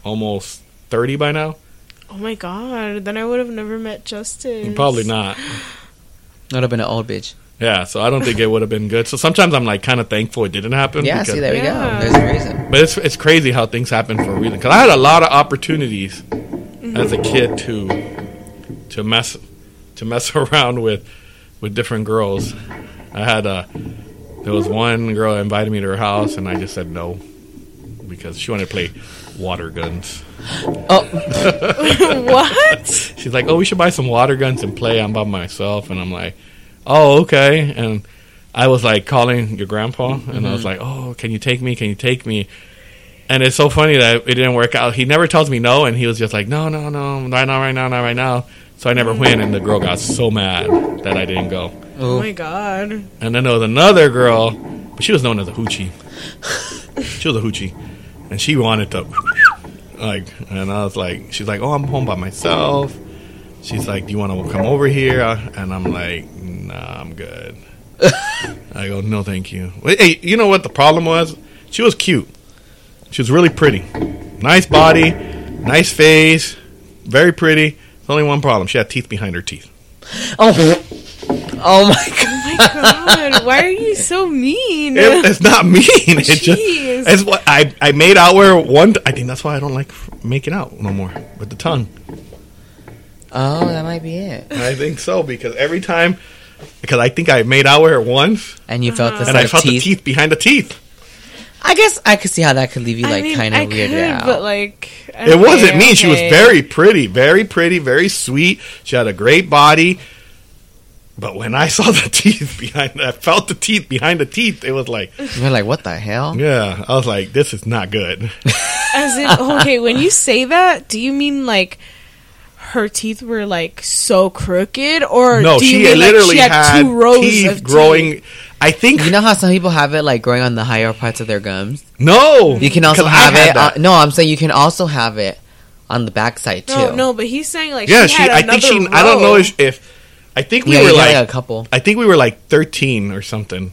[SPEAKER 1] almost 30 by now.
[SPEAKER 3] oh my god, then I would have never met Justin.
[SPEAKER 1] Probably not.
[SPEAKER 2] would have been an old bitch.
[SPEAKER 1] Yeah, so I don't think it would have been good. So sometimes I'm like kind of thankful it didn't happen.
[SPEAKER 2] Yeah, see,
[SPEAKER 1] because-
[SPEAKER 2] there
[SPEAKER 3] Yeah.
[SPEAKER 2] we go. There's a reason.
[SPEAKER 1] But it's it's crazy how things happen for a reason. Because I had a lot of opportunities as a kid to to mess to mess around with with different girls. I had a there was one girl that invited me to her house, and I just said no because she wanted to play water guns.
[SPEAKER 2] Oh,
[SPEAKER 3] what?
[SPEAKER 1] She's like, "Oh, we should buy some water guns and play." I'm by myself, and I'm like, "Oh, okay." And I was like calling your grandpa, and I was like, "Oh, can you take me? Can you take me?" And it's so funny that it didn't work out. He never tells me no, and he was just like, "No, no, no, right now, right now, not right now." So I never went, and the girl got so mad that I didn't go.
[SPEAKER 3] Oh
[SPEAKER 2] ooh.
[SPEAKER 3] my god.
[SPEAKER 1] And then there was another girl, but she was known as a hoochie. she was a hoochie, and she wanted to like. And I was like, she's like, oh, I'm home by myself. She's like, do you want to come over here? And I'm like, nah, I'm good. I go, no, thank you. Wait, Hey, you know what the problem was? She was cute. She was really pretty, nice body, nice face, very pretty. There's only one problem: she had teeth behind her teeth.
[SPEAKER 2] oh, oh my god.
[SPEAKER 3] Oh my god, why are you so mean?
[SPEAKER 1] It- it's not mean. It just
[SPEAKER 3] Jeez.
[SPEAKER 1] it's what I I made out where one. I think that's why I don't like f- making out no more with the tongue.
[SPEAKER 2] Oh, that might be it.
[SPEAKER 1] I think so because every time because I think I made out where once
[SPEAKER 2] And you felt the
[SPEAKER 1] and I
[SPEAKER 2] set of
[SPEAKER 1] felt
[SPEAKER 2] teeth.
[SPEAKER 1] the teeth behind the teeth.
[SPEAKER 2] I guess I could see how that could leave you like kind
[SPEAKER 3] I
[SPEAKER 2] of weirded
[SPEAKER 3] could,
[SPEAKER 2] out.
[SPEAKER 3] But like,
[SPEAKER 1] It wasn't mean. She was
[SPEAKER 3] okay.
[SPEAKER 1] very pretty, very pretty, very sweet. She had a great body. But when I saw the teeth behind, I felt the teeth behind the teeth. It was like,
[SPEAKER 2] You're like, what the hell?
[SPEAKER 1] yeah, I was like, this is not good.
[SPEAKER 3] As in, okay, when you say that, do you mean like her teeth were like so crooked, or
[SPEAKER 1] No,
[SPEAKER 3] do you
[SPEAKER 1] she
[SPEAKER 3] mean, like,
[SPEAKER 1] literally
[SPEAKER 3] she had,
[SPEAKER 1] had,
[SPEAKER 3] two rows
[SPEAKER 1] teeth
[SPEAKER 3] of
[SPEAKER 1] growing. I think
[SPEAKER 2] You know how some people have it like growing on the higher parts of their gums.
[SPEAKER 1] no.
[SPEAKER 2] You can also
[SPEAKER 1] 'Cause I
[SPEAKER 2] have
[SPEAKER 1] had
[SPEAKER 2] it.
[SPEAKER 1] that.
[SPEAKER 2] On, no, I'm saying you can also have it on the backside too.
[SPEAKER 3] Teeth? No, no, but he's saying like
[SPEAKER 1] Yeah,
[SPEAKER 3] she,
[SPEAKER 1] she.
[SPEAKER 3] had
[SPEAKER 1] I think she.
[SPEAKER 3] another
[SPEAKER 1] I don't know
[SPEAKER 3] row.
[SPEAKER 1] if, if I think we
[SPEAKER 2] yeah,
[SPEAKER 1] were
[SPEAKER 2] you
[SPEAKER 1] like.
[SPEAKER 2] had a couple.
[SPEAKER 1] I think we were like thirteen or something,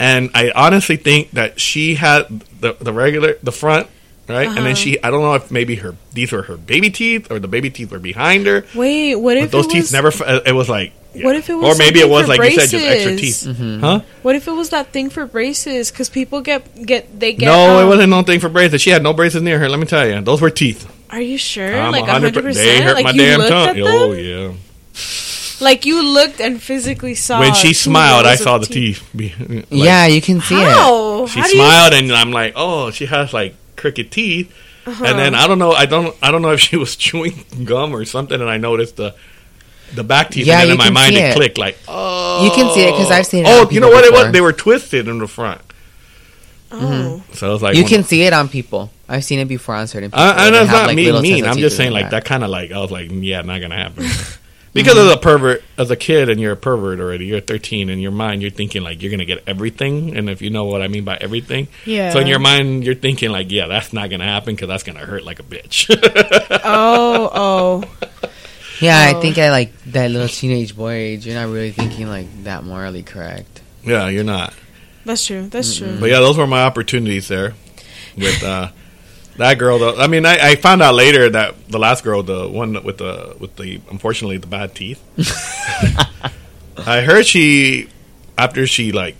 [SPEAKER 1] and I honestly think that she had the the regular the front right,
[SPEAKER 3] Uh-huh.
[SPEAKER 1] and then she. I don't know if maybe her these were her baby teeth or the baby teeth were behind her,
[SPEAKER 3] Wait, what
[SPEAKER 1] but
[SPEAKER 3] if
[SPEAKER 1] those
[SPEAKER 3] it
[SPEAKER 1] teeth
[SPEAKER 3] was,
[SPEAKER 1] never. f- It was like. yeah.
[SPEAKER 3] What if it was
[SPEAKER 1] or maybe it
[SPEAKER 3] something
[SPEAKER 1] was
[SPEAKER 3] for
[SPEAKER 1] like you said, just extra
[SPEAKER 3] braces?
[SPEAKER 1] teeth,
[SPEAKER 2] Mm-hmm.
[SPEAKER 1] huh?
[SPEAKER 3] What if it was that thing for braces? Because people get get they get.
[SPEAKER 1] no,
[SPEAKER 3] um,
[SPEAKER 1] it wasn't no thing for braces. She had no braces near her. Let me tell you, those were teeth.
[SPEAKER 3] Are you sure?
[SPEAKER 1] I'm
[SPEAKER 3] like
[SPEAKER 1] 100%
[SPEAKER 3] hundred
[SPEAKER 1] They
[SPEAKER 3] percent.
[SPEAKER 1] hurt
[SPEAKER 3] Like
[SPEAKER 1] my
[SPEAKER 3] you
[SPEAKER 1] damn
[SPEAKER 3] looked
[SPEAKER 1] tongue.
[SPEAKER 3] at them.
[SPEAKER 1] Oh yeah.
[SPEAKER 3] Like you looked and physically saw.
[SPEAKER 1] When she
[SPEAKER 3] two
[SPEAKER 1] smiled, I
[SPEAKER 3] rows of
[SPEAKER 1] saw the teeth. be- like-
[SPEAKER 2] yeah, you can see it.
[SPEAKER 3] How?
[SPEAKER 1] She
[SPEAKER 3] How do you-
[SPEAKER 1] smiled, and I'm like, oh, she has like crooked teeth.
[SPEAKER 3] Uh-huh.
[SPEAKER 1] And then I don't know. I don't. I don't know if she was chewing gum or something, and I noticed the the back teeth.
[SPEAKER 2] Yeah,
[SPEAKER 1] and then
[SPEAKER 2] you
[SPEAKER 1] in my
[SPEAKER 2] can
[SPEAKER 1] mind,
[SPEAKER 2] see
[SPEAKER 1] it.
[SPEAKER 2] it.
[SPEAKER 1] clicked like, oh,
[SPEAKER 2] You can see it 'cause I've seen it
[SPEAKER 1] Oh,
[SPEAKER 2] on
[SPEAKER 1] you know
[SPEAKER 2] people
[SPEAKER 1] what it
[SPEAKER 2] before.
[SPEAKER 1] was? They were twisted in the front.
[SPEAKER 3] Oh.
[SPEAKER 1] So I was like,
[SPEAKER 2] you
[SPEAKER 1] when-
[SPEAKER 2] can see it on people. I've seen it before on certain people.
[SPEAKER 1] I,
[SPEAKER 2] where
[SPEAKER 1] and
[SPEAKER 2] they
[SPEAKER 1] that's
[SPEAKER 2] have,
[SPEAKER 1] not
[SPEAKER 2] like,
[SPEAKER 1] mean.
[SPEAKER 2] little
[SPEAKER 1] Mean.
[SPEAKER 2] sensitive
[SPEAKER 1] I'm
[SPEAKER 2] teeth
[SPEAKER 1] just saying
[SPEAKER 2] in
[SPEAKER 1] like
[SPEAKER 2] the
[SPEAKER 1] that kind of like I was like, yeah, not gonna happen. Because
[SPEAKER 2] Mm-hmm.
[SPEAKER 1] as a pervert, as a kid, and you're a pervert already, you're 13. In your mind, you're thinking like you're gonna get everything, and if you know what I mean by everything,
[SPEAKER 3] Yeah.
[SPEAKER 1] So in your mind, you're thinking like, yeah, that's not gonna happen because that's gonna hurt like a bitch.
[SPEAKER 3] oh, oh.
[SPEAKER 2] back. Yeah,
[SPEAKER 3] Oh.
[SPEAKER 2] I think I like that little teenage boy age. You're not really thinking like that morally correct.
[SPEAKER 1] yeah, you're not.
[SPEAKER 3] That's true. That's true.
[SPEAKER 1] But yeah, those were my opportunities there with uh, that girl. Though I mean, I, I found out later that the last girl, the one with the with the unfortunately the bad teeth. I heard she after she like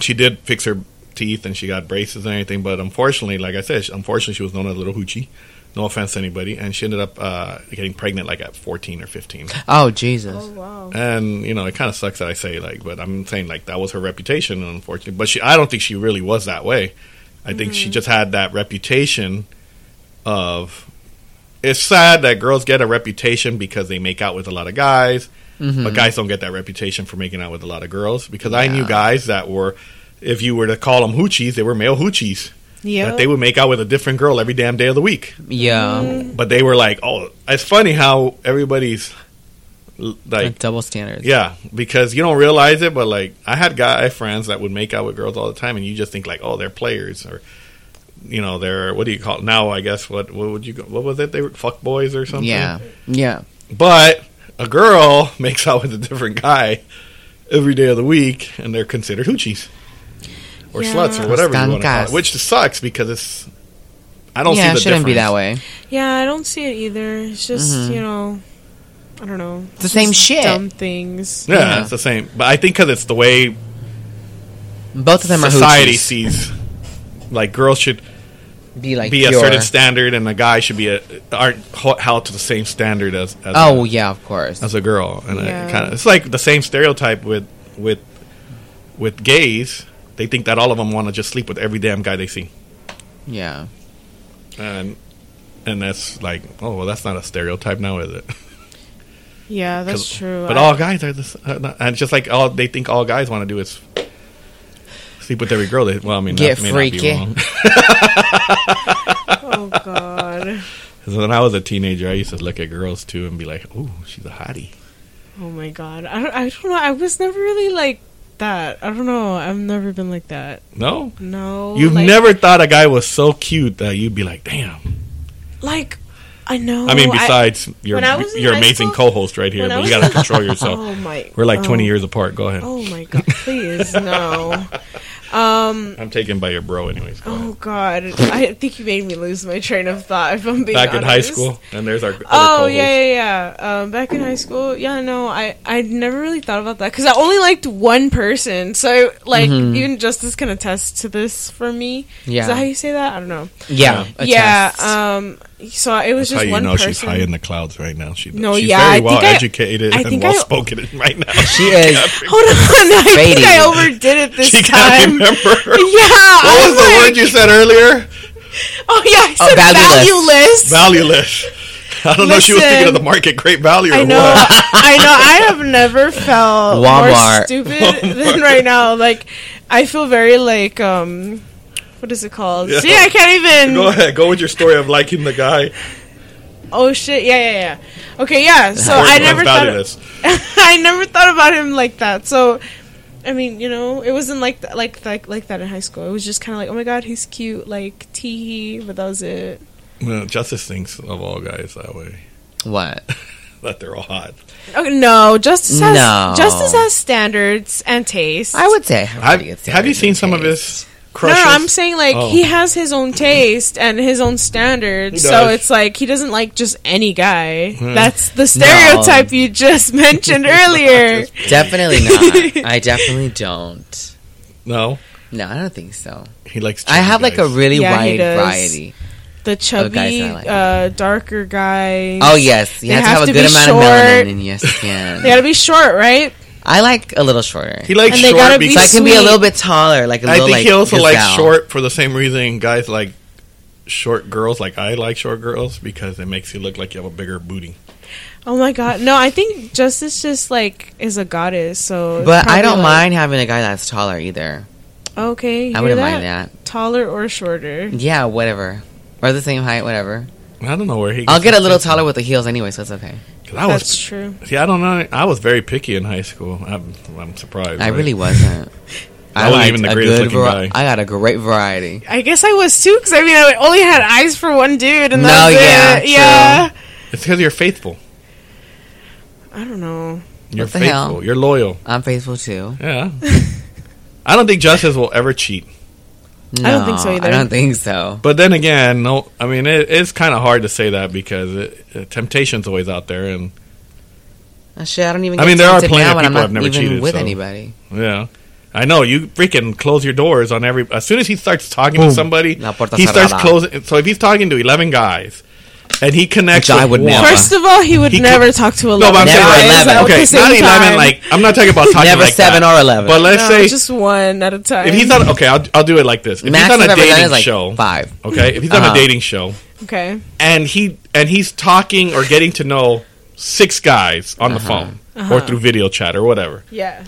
[SPEAKER 1] she did fix her teeth and she got braces and everything, but unfortunately, like I said, she, unfortunately she was known as Little Hoochie. No offense to anybody, and she ended up uh, getting pregnant like at fourteen or fifteen.
[SPEAKER 2] Oh Jesus!
[SPEAKER 3] Oh, wow.
[SPEAKER 1] And you know, it kind of sucks that I say like, but I'm saying like that was her reputation, unfortunately. But she, I don't think she really was that way. I think she just had that reputation of. It's sad that girls get a reputation because they make out with a lot of guys,
[SPEAKER 2] Mm-hmm.
[SPEAKER 1] but guys don't get that reputation for making out with a lot of girls. Because I knew
[SPEAKER 2] Yeah.
[SPEAKER 1] guys that were, if you were to call them hoochies, they were male hoochies.
[SPEAKER 3] Yeah.
[SPEAKER 1] That they would make out with a different girl every damn day of the week
[SPEAKER 2] Yeah,
[SPEAKER 3] Mm.
[SPEAKER 1] but they were like, "Oh, it's funny how everybody's l- like,
[SPEAKER 2] double standards.
[SPEAKER 1] yeah, because you don't realize it." But like, I had guy friends that would make out with girls all the time, and you just think like, "Oh, they're players," or you know, they're what do you call it? now? I guess what what would you go- what was it? They were fuck boys or something.
[SPEAKER 2] yeah, yeah.
[SPEAKER 1] but a girl makes out with a different guy every day of the week, and they're considered hoochies or
[SPEAKER 3] Yeah.
[SPEAKER 1] sluts or whatever you want to call
[SPEAKER 2] Stancas.
[SPEAKER 1] it, which sucks because it's. I don't
[SPEAKER 2] yeah,
[SPEAKER 1] see
[SPEAKER 2] it
[SPEAKER 1] the
[SPEAKER 2] shouldn't be
[SPEAKER 1] difference.
[SPEAKER 2] that way.
[SPEAKER 3] Yeah, I don't see it either. It's just,
[SPEAKER 1] Mm-hmm.
[SPEAKER 3] you know, I don't know. It's
[SPEAKER 2] the same
[SPEAKER 3] just
[SPEAKER 2] shit.
[SPEAKER 3] Dumb things.
[SPEAKER 1] Yeah,
[SPEAKER 2] Yeah.
[SPEAKER 1] it's the same. But I think because it's the way
[SPEAKER 2] Both of them are
[SPEAKER 1] society
[SPEAKER 2] hoochies.
[SPEAKER 1] sees like girls should
[SPEAKER 2] be like
[SPEAKER 1] be a
[SPEAKER 2] pure.
[SPEAKER 1] certain standard and a guy should be a aren't h- held to the same standard as, as
[SPEAKER 2] Oh
[SPEAKER 1] a,
[SPEAKER 2] yeah, of course.
[SPEAKER 1] as a girl and
[SPEAKER 3] Yeah.
[SPEAKER 1] kind of it's like the same stereotype with with with gays they think that all of them want to just sleep with every damn guy they see
[SPEAKER 2] Yeah.
[SPEAKER 1] and and that's like oh well that's not a stereotype now is it
[SPEAKER 3] Yeah,
[SPEAKER 1] 'Cause-
[SPEAKER 3] that's true.
[SPEAKER 1] but
[SPEAKER 3] I-
[SPEAKER 1] all guys are this are not, and just like all they think all guys want to do is sleep with every girl they well I mean
[SPEAKER 2] Get
[SPEAKER 1] that may not
[SPEAKER 2] freaky.
[SPEAKER 1] be wrong
[SPEAKER 3] oh, God.
[SPEAKER 1] Because when I was a teenager, I used to look at girls too and be like, "Oh, she's a hottie."
[SPEAKER 3] Oh, my God. I don't, I don't know. I was never really like that. I don't know. I've never been like that.
[SPEAKER 1] No,
[SPEAKER 3] No.
[SPEAKER 1] you've
[SPEAKER 3] like-
[SPEAKER 1] never thought a guy was so cute that you'd be like, "Damn."
[SPEAKER 3] Like, I know.
[SPEAKER 1] I mean, besides your
[SPEAKER 3] when I was in
[SPEAKER 1] your
[SPEAKER 3] high
[SPEAKER 1] amazing
[SPEAKER 3] school-
[SPEAKER 1] co-host right here,
[SPEAKER 3] when I
[SPEAKER 1] but you
[SPEAKER 3] was
[SPEAKER 1] gotta
[SPEAKER 3] in-
[SPEAKER 1] control yourself.
[SPEAKER 3] oh, my.
[SPEAKER 1] We're like twenty
[SPEAKER 3] oh.
[SPEAKER 1] years apart. Go ahead.
[SPEAKER 3] Oh, my God. Please, no. Um.
[SPEAKER 1] I'm taken by your bro, anyways. Go
[SPEAKER 3] Oh
[SPEAKER 1] ahead.
[SPEAKER 3] God, I think you made me lose my train of thought. If I'm being
[SPEAKER 1] Back in high
[SPEAKER 3] honest.
[SPEAKER 1] school, and there's our other
[SPEAKER 3] Oh
[SPEAKER 1] co-host.
[SPEAKER 3] yeah, yeah, yeah. Um, back in high school, yeah, no, I I never really thought about that because I only liked one person. So like, even Justice can attest to this for me.
[SPEAKER 2] Yeah.
[SPEAKER 3] is that how you say that? I don't know.
[SPEAKER 2] Yeah. a
[SPEAKER 3] yeah.
[SPEAKER 2] test.
[SPEAKER 3] Um. So it was
[SPEAKER 1] That's how
[SPEAKER 3] just
[SPEAKER 1] you
[SPEAKER 3] one
[SPEAKER 1] know
[SPEAKER 3] person.
[SPEAKER 1] she's high in the clouds right now. She,
[SPEAKER 3] No,
[SPEAKER 1] she's
[SPEAKER 3] yeah, I
[SPEAKER 1] very
[SPEAKER 3] think
[SPEAKER 1] well
[SPEAKER 3] I-
[SPEAKER 1] educated
[SPEAKER 3] I
[SPEAKER 1] and
[SPEAKER 3] think I-
[SPEAKER 1] well spoken right now.
[SPEAKER 2] she is.
[SPEAKER 3] Hold on, I
[SPEAKER 2] Fading.
[SPEAKER 3] think I overdid it this
[SPEAKER 1] she can't
[SPEAKER 3] time. Yeah.
[SPEAKER 1] remember. what
[SPEAKER 3] I
[SPEAKER 1] was the word you said earlier?
[SPEAKER 3] Oh yeah, I
[SPEAKER 2] Oh,
[SPEAKER 3] said
[SPEAKER 2] valueless.
[SPEAKER 3] valueless.
[SPEAKER 1] Valueless. I don't know. if She was thinking
[SPEAKER 3] Listen.
[SPEAKER 1] of the market great value.
[SPEAKER 3] I
[SPEAKER 1] or
[SPEAKER 3] know.
[SPEAKER 1] What.
[SPEAKER 3] I know. I have never felt more
[SPEAKER 2] Walmart.
[SPEAKER 3] stupid
[SPEAKER 1] Walmart.
[SPEAKER 3] than right now. Like, I feel very like um, what is it called?
[SPEAKER 1] Yeah.
[SPEAKER 3] See, I can't
[SPEAKER 1] Go
[SPEAKER 3] even.
[SPEAKER 1] ahead. Go with your story of liking the guy.
[SPEAKER 3] Oh shit! Yeah, yeah, yeah. Okay, yeah. So
[SPEAKER 1] Or
[SPEAKER 3] Oh, I
[SPEAKER 1] it becomes
[SPEAKER 3] never thought.
[SPEAKER 1] valueless.
[SPEAKER 3] I never thought about him like that. So. I mean, you know, it wasn't like th- like like like that in high school. It was just kind of like, oh my god, he's cute, like tee hee, but that was it.
[SPEAKER 1] No, Justice thinks of all guys that way.
[SPEAKER 2] What?
[SPEAKER 1] That they're all hot.
[SPEAKER 3] Okay, Oh, no, justice has
[SPEAKER 2] No.
[SPEAKER 3] justice has standards and tastes.
[SPEAKER 2] I would say.
[SPEAKER 1] Have, have you seen some of his
[SPEAKER 3] No,
[SPEAKER 1] crushes?
[SPEAKER 3] no, I'm saying like
[SPEAKER 1] Oh.
[SPEAKER 3] he has his own taste and his own standards.
[SPEAKER 1] He
[SPEAKER 3] So
[SPEAKER 1] does.
[SPEAKER 3] it's like he doesn't like just any guy.
[SPEAKER 1] Hmm.
[SPEAKER 3] That's the stereotype you just mentioned earlier.
[SPEAKER 2] Definitely not. I definitely don't.
[SPEAKER 1] No,
[SPEAKER 2] No, I don't think so.
[SPEAKER 1] he likes.
[SPEAKER 2] I have
[SPEAKER 1] chubby
[SPEAKER 2] like a
[SPEAKER 1] guys.
[SPEAKER 2] really
[SPEAKER 3] Yeah, he
[SPEAKER 2] wide
[SPEAKER 3] does.
[SPEAKER 2] variety.
[SPEAKER 3] The chubby,
[SPEAKER 2] I like.
[SPEAKER 3] uh, darker guys.
[SPEAKER 2] Oh yes, you
[SPEAKER 3] They
[SPEAKER 2] have, to
[SPEAKER 3] have
[SPEAKER 2] have
[SPEAKER 3] to
[SPEAKER 2] a good
[SPEAKER 3] be
[SPEAKER 2] amount
[SPEAKER 3] short.
[SPEAKER 2] of melanin in your skin.
[SPEAKER 3] they gotta be short, right?
[SPEAKER 2] I like a little shorter,
[SPEAKER 1] He likes
[SPEAKER 3] and they
[SPEAKER 1] short.
[SPEAKER 3] gotta be
[SPEAKER 1] because
[SPEAKER 2] so I can be
[SPEAKER 3] sweet.
[SPEAKER 2] a little bit taller, like a
[SPEAKER 1] I
[SPEAKER 2] little.
[SPEAKER 1] think
[SPEAKER 2] like,
[SPEAKER 1] he also likes
[SPEAKER 2] gazelle.
[SPEAKER 1] short for the same reason guys like short girls like I like short girls because it makes you look like you have a bigger booty.
[SPEAKER 3] Oh my god. No, I think Justice just like is a goddess, so it's
[SPEAKER 2] But I
[SPEAKER 3] probably,
[SPEAKER 2] don't
[SPEAKER 3] like-
[SPEAKER 2] mind having a guy that's taller either.
[SPEAKER 3] Okay.
[SPEAKER 2] I
[SPEAKER 3] hear
[SPEAKER 2] wouldn't mind that.
[SPEAKER 3] Taller or shorter.
[SPEAKER 2] Yeah, whatever. Or the same height, whatever.
[SPEAKER 1] I don't know where he.
[SPEAKER 2] I'll get a little taller with the heels anyway, so it's okay.
[SPEAKER 1] 'Cause I
[SPEAKER 3] That's
[SPEAKER 1] was
[SPEAKER 3] true.
[SPEAKER 1] see. I don't know. I was very picky in high school. I'm, I'm surprised.
[SPEAKER 2] I
[SPEAKER 1] right?
[SPEAKER 2] really wasn't.
[SPEAKER 1] I wasn't even
[SPEAKER 2] liked
[SPEAKER 1] the
[SPEAKER 2] a
[SPEAKER 1] greatest
[SPEAKER 2] good
[SPEAKER 1] looking guy.
[SPEAKER 2] I got a great variety.
[SPEAKER 3] I guess I was too, because I mean, I only had eyes for one dude, and
[SPEAKER 2] No,
[SPEAKER 3] that's
[SPEAKER 2] yeah,
[SPEAKER 3] it.
[SPEAKER 2] true.
[SPEAKER 3] Yeah.
[SPEAKER 1] It's because you're faithful.
[SPEAKER 3] I don't know.
[SPEAKER 1] You're
[SPEAKER 2] the
[SPEAKER 1] faithful.
[SPEAKER 2] hell?
[SPEAKER 1] You're loyal.
[SPEAKER 2] I'm faithful too.
[SPEAKER 1] Yeah. I don't think justice will ever cheat.
[SPEAKER 2] No,
[SPEAKER 3] I don't think so either.
[SPEAKER 2] I don't think so.
[SPEAKER 1] But then again, no. I mean, it, it's kind of hard to say that because it, uh, temptation's always out there, and
[SPEAKER 2] Oh, shit, I don't even.
[SPEAKER 1] I
[SPEAKER 2] Get
[SPEAKER 1] mean, there are
[SPEAKER 2] tempted
[SPEAKER 1] plenty
[SPEAKER 2] now
[SPEAKER 1] of
[SPEAKER 2] when I'm
[SPEAKER 1] people
[SPEAKER 2] not
[SPEAKER 1] I've never
[SPEAKER 2] even
[SPEAKER 1] cheated,
[SPEAKER 2] with
[SPEAKER 1] so-
[SPEAKER 2] anybody.
[SPEAKER 1] yeah. I know you freaking close your doors on every. As soon as he starts talking to
[SPEAKER 2] Boom.
[SPEAKER 1] somebody,
[SPEAKER 2] La puerta
[SPEAKER 1] he starts
[SPEAKER 2] cerrada.
[SPEAKER 1] closing. So if he's talking to eleven guys, and he connects,
[SPEAKER 2] Which I
[SPEAKER 1] with
[SPEAKER 2] would
[SPEAKER 1] one-
[SPEAKER 2] never.
[SPEAKER 3] First of all, he would
[SPEAKER 1] He could-
[SPEAKER 3] never talk to a
[SPEAKER 1] No, but I'm
[SPEAKER 2] Never
[SPEAKER 1] saying like,
[SPEAKER 2] 11.
[SPEAKER 1] okay,
[SPEAKER 3] at the same
[SPEAKER 1] not eleven.
[SPEAKER 3] time.
[SPEAKER 1] Like I'm not talking about talking
[SPEAKER 2] Never
[SPEAKER 1] like
[SPEAKER 2] seven
[SPEAKER 1] that.
[SPEAKER 2] or 11.
[SPEAKER 1] But let's
[SPEAKER 3] No,
[SPEAKER 1] say
[SPEAKER 3] just one at a time.
[SPEAKER 1] if he's on okay, I'll, I'll do it like this. If
[SPEAKER 2] Max
[SPEAKER 1] he's on
[SPEAKER 2] I've
[SPEAKER 1] a
[SPEAKER 2] ever done
[SPEAKER 1] dating
[SPEAKER 2] is like
[SPEAKER 1] show,
[SPEAKER 2] five.
[SPEAKER 1] okay, if he's on
[SPEAKER 2] Uh-huh.
[SPEAKER 1] a dating show,
[SPEAKER 3] okay.
[SPEAKER 1] and he and he's talking or getting to know six guys on the phone
[SPEAKER 3] Uh-huh.
[SPEAKER 1] or through video chat or whatever,
[SPEAKER 3] Yeah.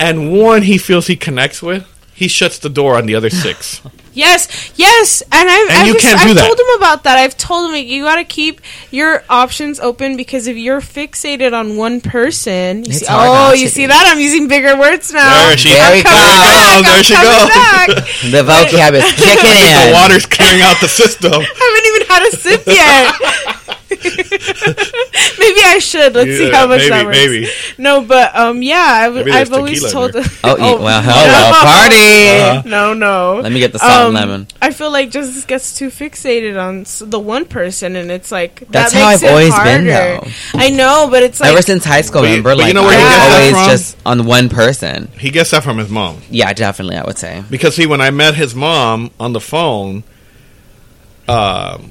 [SPEAKER 1] and one he feels he connects with, he shuts the door on the other six.
[SPEAKER 3] Yes, yes, and I've,
[SPEAKER 1] And
[SPEAKER 3] I've,
[SPEAKER 1] you
[SPEAKER 3] just-
[SPEAKER 1] can't do
[SPEAKER 3] I've
[SPEAKER 1] that.
[SPEAKER 3] told him about that. I've told him like, you got to keep your options open because if you're fixated on one person, you
[SPEAKER 2] It's
[SPEAKER 3] see,
[SPEAKER 2] hard
[SPEAKER 3] oh,
[SPEAKER 2] not
[SPEAKER 3] you
[SPEAKER 2] to
[SPEAKER 3] see
[SPEAKER 2] be.
[SPEAKER 3] that? I'm using bigger words now.
[SPEAKER 1] There she
[SPEAKER 2] Very
[SPEAKER 1] there it
[SPEAKER 2] good.
[SPEAKER 1] goes.
[SPEAKER 3] I'm
[SPEAKER 1] There she
[SPEAKER 3] coming
[SPEAKER 1] goes.
[SPEAKER 3] back.
[SPEAKER 2] The vocab is kicking
[SPEAKER 1] The
[SPEAKER 2] in.
[SPEAKER 1] water's clearing out the system.
[SPEAKER 3] haven't even had a sip yet. maybe I should. Let's see
[SPEAKER 1] Yeah,
[SPEAKER 3] how much
[SPEAKER 1] maybe,
[SPEAKER 3] that works.
[SPEAKER 1] maybe.
[SPEAKER 3] No, but um, yeah, I've,
[SPEAKER 1] Maybe there's
[SPEAKER 3] I've always
[SPEAKER 1] tequila in
[SPEAKER 3] told.
[SPEAKER 1] there.
[SPEAKER 2] Oh, yeah, well, hello, party.
[SPEAKER 1] Uh-huh.
[SPEAKER 3] No, no.
[SPEAKER 2] Let me get the salt and lemon.
[SPEAKER 3] Um, I feel like Justice gets too fixated on s- the one person, and it's like
[SPEAKER 2] That's
[SPEAKER 3] that
[SPEAKER 2] how
[SPEAKER 3] makes
[SPEAKER 2] I've
[SPEAKER 3] it
[SPEAKER 2] always
[SPEAKER 3] harder.
[SPEAKER 2] been, though.
[SPEAKER 3] I know, but it's like
[SPEAKER 2] Ever since high school,
[SPEAKER 1] But you-
[SPEAKER 2] remember,
[SPEAKER 1] but you
[SPEAKER 2] like
[SPEAKER 1] know where
[SPEAKER 3] he
[SPEAKER 2] I
[SPEAKER 3] gets
[SPEAKER 2] was
[SPEAKER 3] that
[SPEAKER 2] always
[SPEAKER 1] from?
[SPEAKER 2] just on one person.
[SPEAKER 1] He gets that from his mom.
[SPEAKER 2] Yeah, definitely, I would say.
[SPEAKER 1] because see, when I met his mom on the phone, um,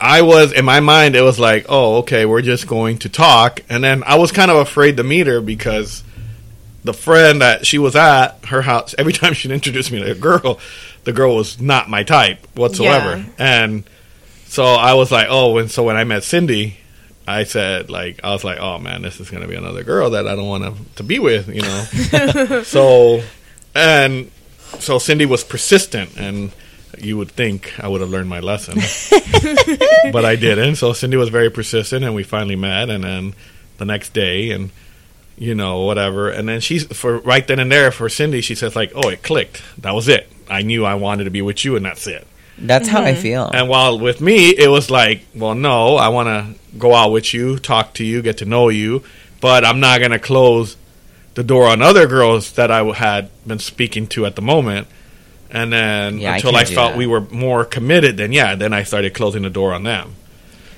[SPEAKER 1] I was in my mind it was like, oh, okay, we're just going to talk, and then I was kind of afraid to meet her because the friend that she was at her house every time she'd introduce me to a girl, the girl was not my type whatsoever,
[SPEAKER 3] Yeah.
[SPEAKER 1] and so I was like, oh, and so when I met Cindy. I said, like, I was like, oh man, this is gonna be another girl that I don't want to to be with, you know. so, and so Cindy was persistent, and you would think I would have learned my lesson, but I didn't. So Cindy was very persistent, and we finally met, and then the next day, and you know whatever, and then she's for right then and there for Cindy, she says like, "Oh, it clicked. That was it. I knew I wanted to be with you, and that's it."
[SPEAKER 2] That's how
[SPEAKER 3] Mm-hmm.
[SPEAKER 2] I feel.
[SPEAKER 1] And while with me, it was like, well, no, I want to go out with you, talk to you, get to know you, but I'm not going to close the door on other girls that I had been speaking to at the moment. And then
[SPEAKER 2] Yeah, I
[SPEAKER 1] until I,
[SPEAKER 2] can't do
[SPEAKER 1] felt
[SPEAKER 2] that.
[SPEAKER 1] we were more committed, then yeah, then I started closing the door on them.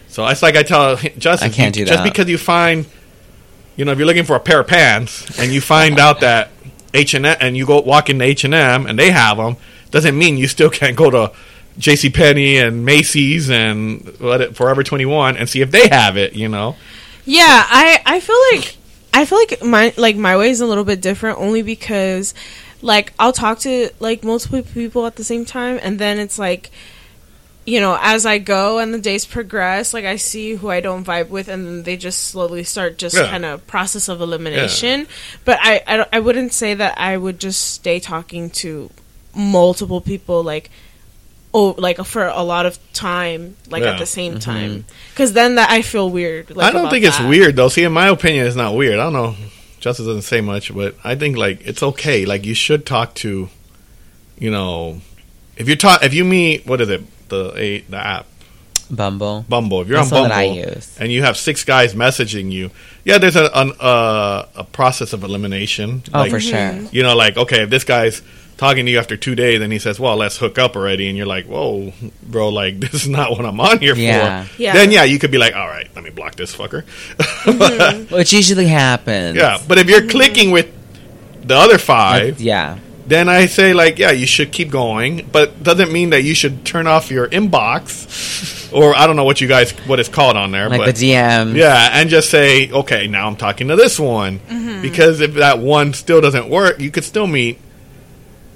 [SPEAKER 1] So it's like I tell Justin,
[SPEAKER 2] I can't do
[SPEAKER 1] just
[SPEAKER 2] that.
[SPEAKER 1] because you find, you know, if you're looking for a pair of pants and you find out that H and M, and you go walk into H and M and they have them, doesn't mean you still can't go to J.C. Penney and Macy's and what Forever 21 and see if they have it. You know,
[SPEAKER 3] Yeah, I I feel like I feel like my like my way is a little bit different only because like I'll talk to like multiple people at the same time and then it's like you know, as I go and the days progress, like I see who I don't vibe with, and then they just slowly start just
[SPEAKER 1] Yeah.
[SPEAKER 3] kind of process of elimination. But I, I, don't- I wouldn't say that I would just stay talking to multiple people like, oh, like for a lot of time, like
[SPEAKER 1] Yeah.
[SPEAKER 3] at the same time, because then that I feel weird. Like,
[SPEAKER 1] I don't
[SPEAKER 3] about
[SPEAKER 1] think it's
[SPEAKER 3] that.
[SPEAKER 1] weird though. See, in my opinion, it's not weird. I don't know. Justice doesn't say much, but I think like it's okay. Like you should talk to, you know, if you're ta if you meet what is it the a, the app
[SPEAKER 2] Bumble.
[SPEAKER 1] Bumble. If you're
[SPEAKER 2] That's
[SPEAKER 1] on
[SPEAKER 2] one
[SPEAKER 1] Bumble
[SPEAKER 2] that I use.
[SPEAKER 1] and you have six guys messaging you, yeah, there's a an, uh, a process of elimination.
[SPEAKER 2] Oh,
[SPEAKER 1] Like,
[SPEAKER 2] for sure.
[SPEAKER 1] You know, like okay, if this guy's talking to you after two days and he says, "Well, let's hook up already," and you're like, "Whoa, bro, like this is not what I'm on here
[SPEAKER 2] Yeah.
[SPEAKER 1] for."
[SPEAKER 3] Yeah.
[SPEAKER 1] Then yeah, you could be like, "All right, let me block this fucker."
[SPEAKER 2] Which usually happens.
[SPEAKER 1] yeah, but if you're clicking with the other
[SPEAKER 2] That's-
[SPEAKER 1] five,
[SPEAKER 2] Yeah.
[SPEAKER 1] then I say like, yeah, you should keep going, but doesn't mean that you should turn off your inbox, or I don't know what you guys what it's called on there,
[SPEAKER 2] Like
[SPEAKER 1] but
[SPEAKER 2] the DM.
[SPEAKER 1] yeah, and just say, okay, now I'm talking to this one.
[SPEAKER 3] Mm-hmm.
[SPEAKER 1] Because if that one still doesn't work, you could still meet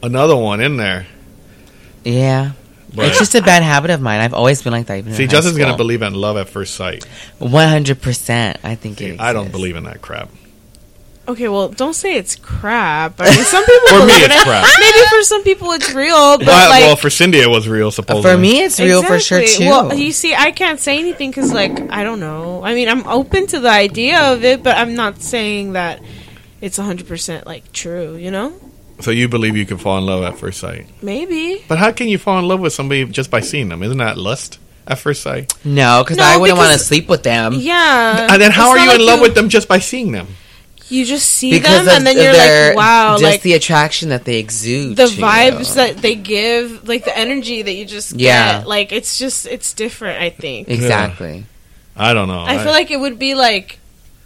[SPEAKER 1] another one in there.
[SPEAKER 2] Yeah.
[SPEAKER 1] But
[SPEAKER 2] It's just a bad habit of mine. I've always been like that. Even
[SPEAKER 1] see, Justin's gonna believe in love at first sight.
[SPEAKER 2] one hundred percent. I think it
[SPEAKER 1] See, I don't
[SPEAKER 2] exists.
[SPEAKER 1] believe in that crap.
[SPEAKER 3] Okay, well, don't say it's crap. I mean, some people
[SPEAKER 1] For me,
[SPEAKER 3] believe
[SPEAKER 1] it's
[SPEAKER 3] it.
[SPEAKER 1] crap.
[SPEAKER 3] Maybe for some people it's real, but
[SPEAKER 1] Well,
[SPEAKER 3] like
[SPEAKER 1] well, for Cindy, it was real. Supposedly,
[SPEAKER 2] For me, it's real for sure
[SPEAKER 3] Exactly.
[SPEAKER 2] too.
[SPEAKER 3] Well, you see, I can't say anything because, like, I don't know. I mean, I'm open to the idea of it, but I'm not saying that it's 100% like true. You know,
[SPEAKER 1] so you believe you can fall in love at first sight.
[SPEAKER 3] maybe.
[SPEAKER 1] But how can you fall in love with somebody just by seeing them? Isn't that lust at first sight?
[SPEAKER 2] no, because
[SPEAKER 3] No,
[SPEAKER 2] I wouldn't
[SPEAKER 3] because-
[SPEAKER 2] want to sleep with them.
[SPEAKER 3] Yeah.
[SPEAKER 1] Um, and then how
[SPEAKER 3] Um, It's
[SPEAKER 1] are
[SPEAKER 3] not
[SPEAKER 1] you
[SPEAKER 3] like
[SPEAKER 1] in love with them just by seeing them?
[SPEAKER 3] You just see
[SPEAKER 2] Because
[SPEAKER 3] them, and then you're like, wow,
[SPEAKER 2] just
[SPEAKER 3] like
[SPEAKER 2] the
[SPEAKER 3] the,
[SPEAKER 2] attraction that they exude, to you.
[SPEAKER 3] vibes that they give, like the energy that you just
[SPEAKER 2] Yeah.
[SPEAKER 3] get. Like it's just it's different. I think.
[SPEAKER 2] exactly.
[SPEAKER 1] I don't know.
[SPEAKER 3] I feel like it would be like